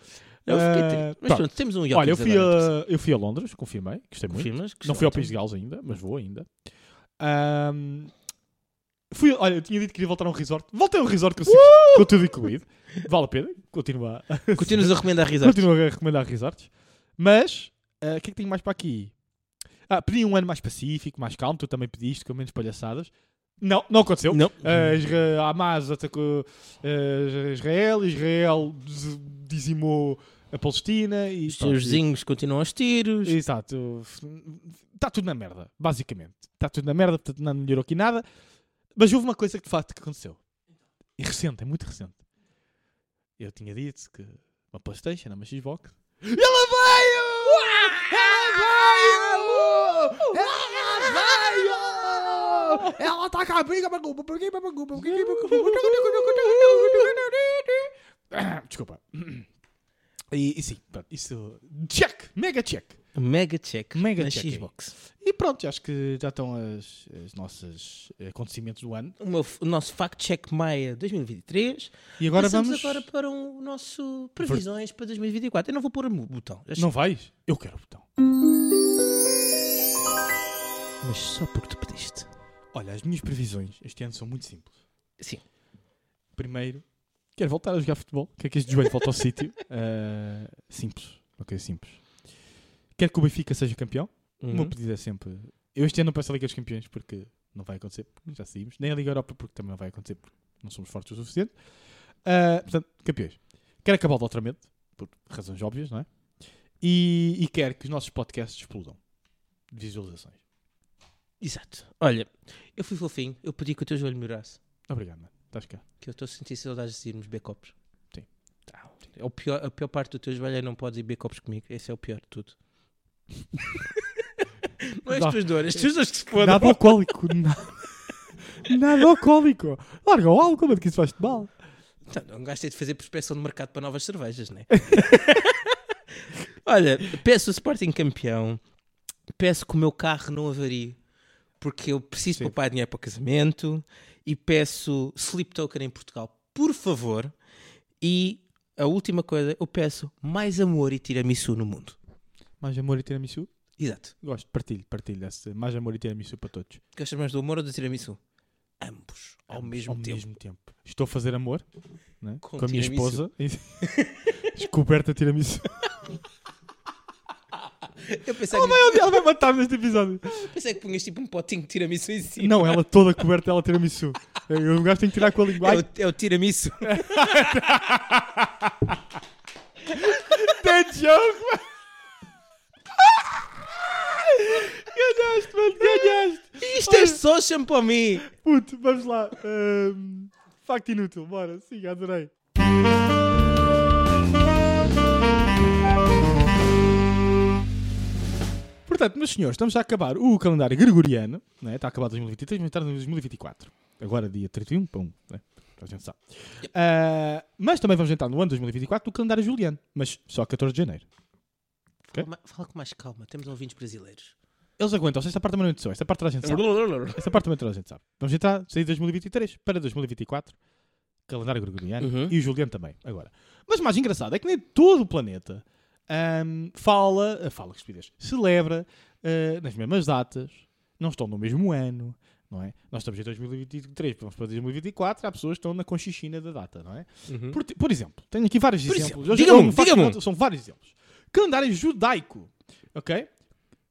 Eu fiquei Ah, triste. Mas pá. pronto, temos um Olha, eu Jokic fui, agora, a, eu fui a Londres, confirmei, gostei muito. Confirmas que Não está fui ao ótimo. País de Gales ainda, mas vou ainda. Ahm, fui, olha, eu tinha dito que queria voltar a um resort. Voltei a um resort com, com tudo incluído. Vale a pena, continua, a- Continuas a recomendar risadas. continua a recomendar resorts. Mas, ah, o que é que tenho mais para aqui? Ah, pedi um ano mais pacífico, mais calmo. Tu também pediste, com menos palhaçadas. Não, não aconteceu. Não. Ah, Isra- Hamas atacou ah, Israel, Israel diz- dizimou a Palestina e Os pronto, teus vizinhos continuam aos tiros. Exato. Está tá tudo na merda, basicamente. Está tudo na merda, portanto não melhorou aqui nada. Mas houve uma coisa que de facto que aconteceu. E recente, é muito recente. Eu tinha dito que uma Playstation, uma Xbox. E ela veio! Ela veio! Ela veio! Ela tá com a briga, bagunça, bagunça, bagunça, bagunça, bagunça. Desculpa. E, e sim, pronto, isso. Check! Mega check! Mega check. Mega na check, é. Xbox. E pronto, acho que já estão as, as nossas acontecimentos do ano. O, meu- o nosso fact check Maia 2023. E agora Passamos vamos. agora para o nosso previsões para 2024. Eu não vou pôr o botão, já Não vais? Eu quero o botão. sei, mas só porque tu pediste. Olha, as minhas previsões este ano são muito simples. Sim. Primeiro, quero voltar a jogar futebol. Quero que este joelho volte ao sítio. Ah, simples. Ok, simples. Quero que o Benfica seja campeão. O meu Uhum. pedido é sempre. Eu este ano não peço a Liga dos Campeões porque não vai acontecer, porque já saímos. Nem a Liga Europa porque também não vai acontecer, porque não somos fortes o suficiente. Ah, portanto, campeões. Quero acabar o altramento, por razões óbvias, não é? E, e quero que os nossos podcasts explodam de visualizações. Exato. Olha, eu fui fofinho, eu pedi que o teu joelho melhorasse. Obrigado, mano. Estás cá. Que eu estou a sentir saudades de irmos backups. Sim. Tá. É o pior, a pior parte do teu joelho é não podes ir backups comigo. Esse é o pior de tudo. não é as Dá. tuas dores, as tuas dores que se fodam. Nada alcoólico. Nada, nada alcoólico. Larga o álcool, mano, que isso faz-te mal. Então, não gastei de fazer prospecção de mercado para novas cervejas, né? Olha, peço o Sporting campeão, peço que o meu carro não avarie, porque eu preciso Sim. poupar dinheiro para o casamento, e peço Sleep Token em Portugal, por favor. E a última coisa, eu peço mais amor e tiramisu no mundo. Mais amor e tiramisu? Exato. Gosto. Partilho, partilho. esse Mais amor e tiramisu para todos. Gostas mais do amor ou do tiramisu? Ambos, ao mesmo tempo. mesmo tempo. Estou a fazer amor né? Com com, a minha tiramisu. esposa. Descoberta tiramisu. Eu pensei, Ela vai, que, ela vai matar-me neste episódio. pensei que punhas tipo um potinho de tiramisu em cima. Não, ela toda coberta, ela tiramisu. Eu gajo tem que tirar com a É linguagem. o, é o tiramisu. Dead joke, mano. Ganhaste, mano, ganhaste. Isto é só champomi. Puto, vamos lá. Ahm, facto inútil, bora. Sim, adorei. Portanto, meus senhores, estamos a acabar o calendário gregoriano. Né? Está acabado 2023, vamos entrar em 2024. Agora, dia 31, pum, né? a gente sabe. Ah, mas também vamos entrar no ano 2024 do calendário juliano, mas só 14 de janeiro. Ok. Ma- Fala com mais calma, temos ouvintes brasileiros. Eles aguentam, esta parte também não é de só, esta parte toda a gente sabe. Essa parte também toda a gente sabe. Vamos tentar sair de 2023 para 2024. Calendário gregoriano Uhum. e o Juliano também, agora. Mas o mais engraçado é que nem todo o planeta Ahm, fala, ah, fala que estupidez, celebra ah, nas mesmas datas, não estão no mesmo ano, não é? Nós estamos em 2023, vamos para 2024, há pessoas que estão na conchichina da data, não é? Uhum. Por, por exemplo, tenho aqui vários Por exemplos. exemplo, Hoje- diga-me eu, um, de facto, diga-me um. não- São vários exemplos. Calendário judaico, ok?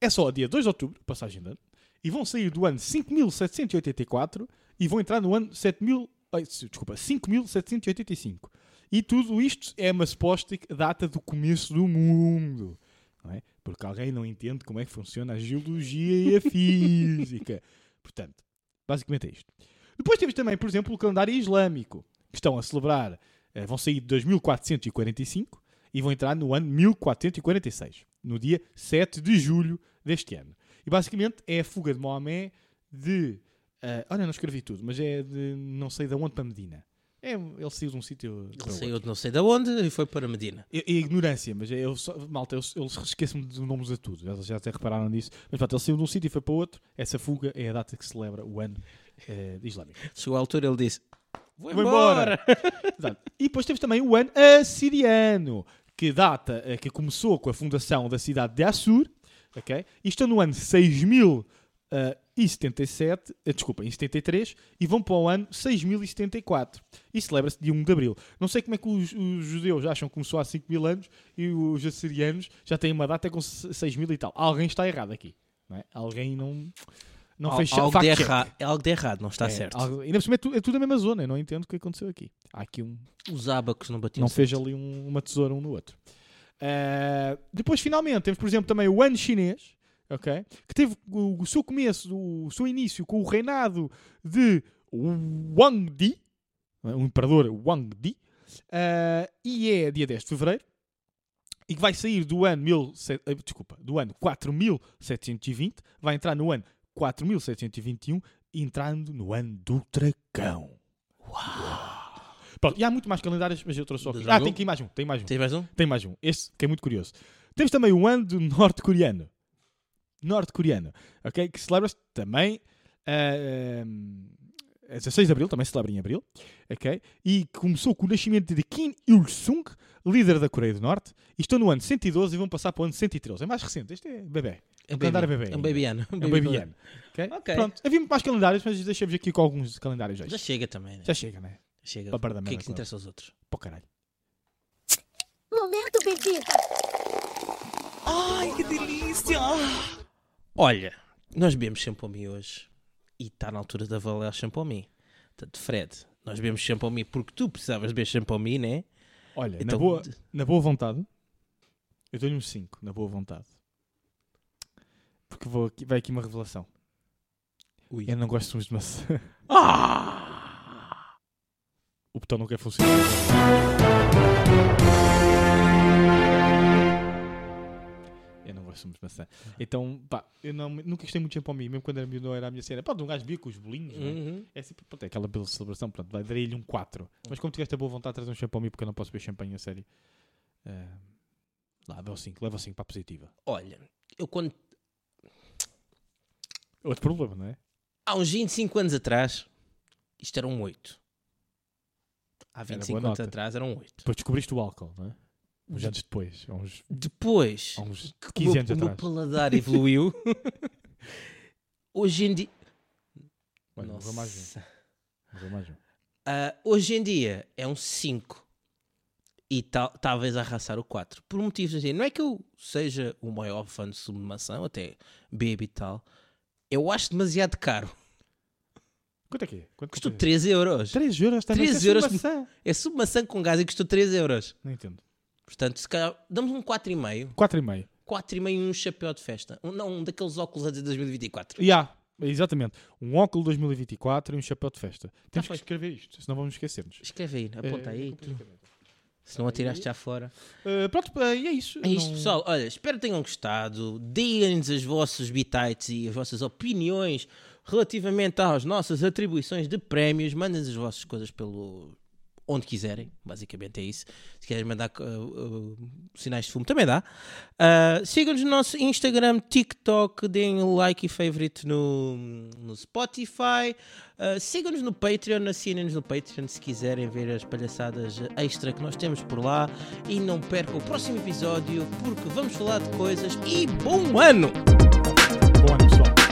É só dia 2 de outubro, passagem de ano, e vão sair do ano 5784 e vão entrar no ano 7000, ai, se- desculpa, 5785. E tudo isto é uma suposta data do começo do mundo. Não é? Porque alguém não entende como é que funciona a geologia e a física. Portanto, basicamente é isto. Depois temos também, por exemplo, o calendário islâmico, que estão a celebrar, eh, vão sair de 2445 e vão entrar no ano 1446, no dia 7 de julho deste ano. E basicamente é a fuga de Maomé de. ah, olha, não escrevi tudo, mas é de não sei de onde para Medina. É, ele saiu de um sítio. para Ele outro. saiu de não sei de onde e foi para Medina. É é ignorância, mas eu só, malta, eu, eu esqueço-me de nomes a tudo. Eles já até repararam nisso. Mas pronto, ele saiu de um sítio e foi para outro. Essa fuga é a data que celebra o ano eh, islâmico. Chegou à altura ele disse: Vou Vou embora! Exato. E depois temos também o ano assiriano, que data, eh, que começou com a fundação da cidade de Assur, ok? E estão no ano eh, 6077, eh, desculpa, em 73, e vão para o ano 6074. E celebra-se dia 1 de Abril. Não sei como é que os, os judeus acham que começou há 5 mil anos e os assirianos já têm uma data com 6 mil e tal. Alguém está errado aqui, não é? Alguém não... Não Al- fez algo, de fact-check. erra- algo de errado, não está É, certo. algo- Ainda por cima é, tu- é tudo a mesma zona, eu não entendo o que aconteceu aqui. Há aqui um, Os abacos não batiam. não certo. fez ali um- uma tesoura um no outro. Ah, depois, finalmente, temos, por exemplo, também o ano chinês, ok? que teve o, o seu começo, o, seu início com o reinado de Wang Di, não é? o imperador Wang Di, ah, e é dia 10 de fevereiro, e que vai sair do ano, 17 eh, desculpa, do ano 4720, vai entrar no ano 4721, entrando no ano do dragão. Pronto, e há muito mais calendários, mas eu trouxe só Do aqui. Ah, dragão? tem aqui mais um, tem mais um. Tens mais um? Tem mais um. Este que é muito curioso. Temos também o ano do norte-coreano. Norte-coreano. Ok? Que celebra-se também. ah, hum, a 16 de Abril, também se celebra em Abril, ok? E começou com o nascimento de Kim Il-sung, líder da Coreia do Norte, e estão no ano 112 e vão passar para o ano 113. É mais recente, este é bebê. É um calendário bebê. É um babyano. É um baby ano. ok? Ok. Pronto, havia muito mais calendários, mas deixamos aqui com alguns calendários Já extras. chega também. Né? Já chega, né? chega. Para perder O que é merda, que se claro. interessa aos outros? Pô, caralho. Momento bebida. Olha, nós bebemos champomi hoje e está na altura de avaliar champomi. Portanto, Fred, nós bebemos champomi porque tu precisavas de beber champomi, né? Olha, na, Então- boa, na boa vontade, eu dou-lhe um 5, na boa vontade. Porque vou aqui- vai aqui uma revelação. Ui. Eu não gosto de sumos de maçã. Ah! O botão não quer funcionar. Eu não gosto de sumos de maçã. Então, pá, eu não, nunca gostei muito de champomi, mesmo quando era miúdo não era a minha cena. Pá, de um gajo bico, os bolinhos, não é? Uhum. É sempre pronto, é aquela bela celebração, pronto, vai darei-lhe um 4. Mas como tiveste a boa vontade, traz um champanhe porque eu não posso beber champanhe a sério. Ah, lá, dá o 5, leva o 5 para a positiva. Olha, eu quando Outro problema, não é? há uns 25 anos atrás, isto era um 8. Há boa 25 anos nota. atrás era um 8. Depois descobriste o álcool, não é? Uns anos depois, há uns, Depois, há uns o 15 meu- anos o meu atrás. paladar evoluiu. Hoje em dia. Olha, morreu mais Nossa. um, morreu mais um. Ah, hoje em dia é um 5 e tal, talvez arrasar o 4. Por motivos assim, não é que eu seja o maior fã de sublimação, até bebo e tal. Eu acho demasiado caro. Quanto é que é? Quanto Custou 3 euros. 3 euros, também 3 3 euros. euros. Maçã. É submaçã com gás e custou 3 euros. Não entendo. Portanto, se calhar, damos um 4,5. 4,5. 4,5 e um chapéu de festa. Um, não, um daqueles óculos a dizer 2024. E há, exatamente, um óculo 2024 e um chapéu de festa. Temos que Tá feito. escrever isto, senão vamos esquecer-nos. Escreve aí, aponta Eh, aí. tu. É, Se não atiraste já fora. Ah, pronto, ah, e é isso. É isto, Não- pessoal. Olha, espero que tenham gostado. Deem-nos os vossos bitites e as vossas opiniões relativamente às nossas atribuições de prémios. Mandem-nos as vossas coisas pelo onde quiserem, basicamente é isso. Se quiserem mandar ah, ah, sinais de fumo, também dá. Ah, Sigam-nos no nosso Instagram, TikTok, deem like e favorite no, no Spotify. Ah, Sigam-nos no Patreon, assinem-nos no Patreon se quiserem ver as palhaçadas extra que nós temos por lá. E não percam o próximo episódio, porque vamos falar de coisas e bom ano! Bom ano, pessoal.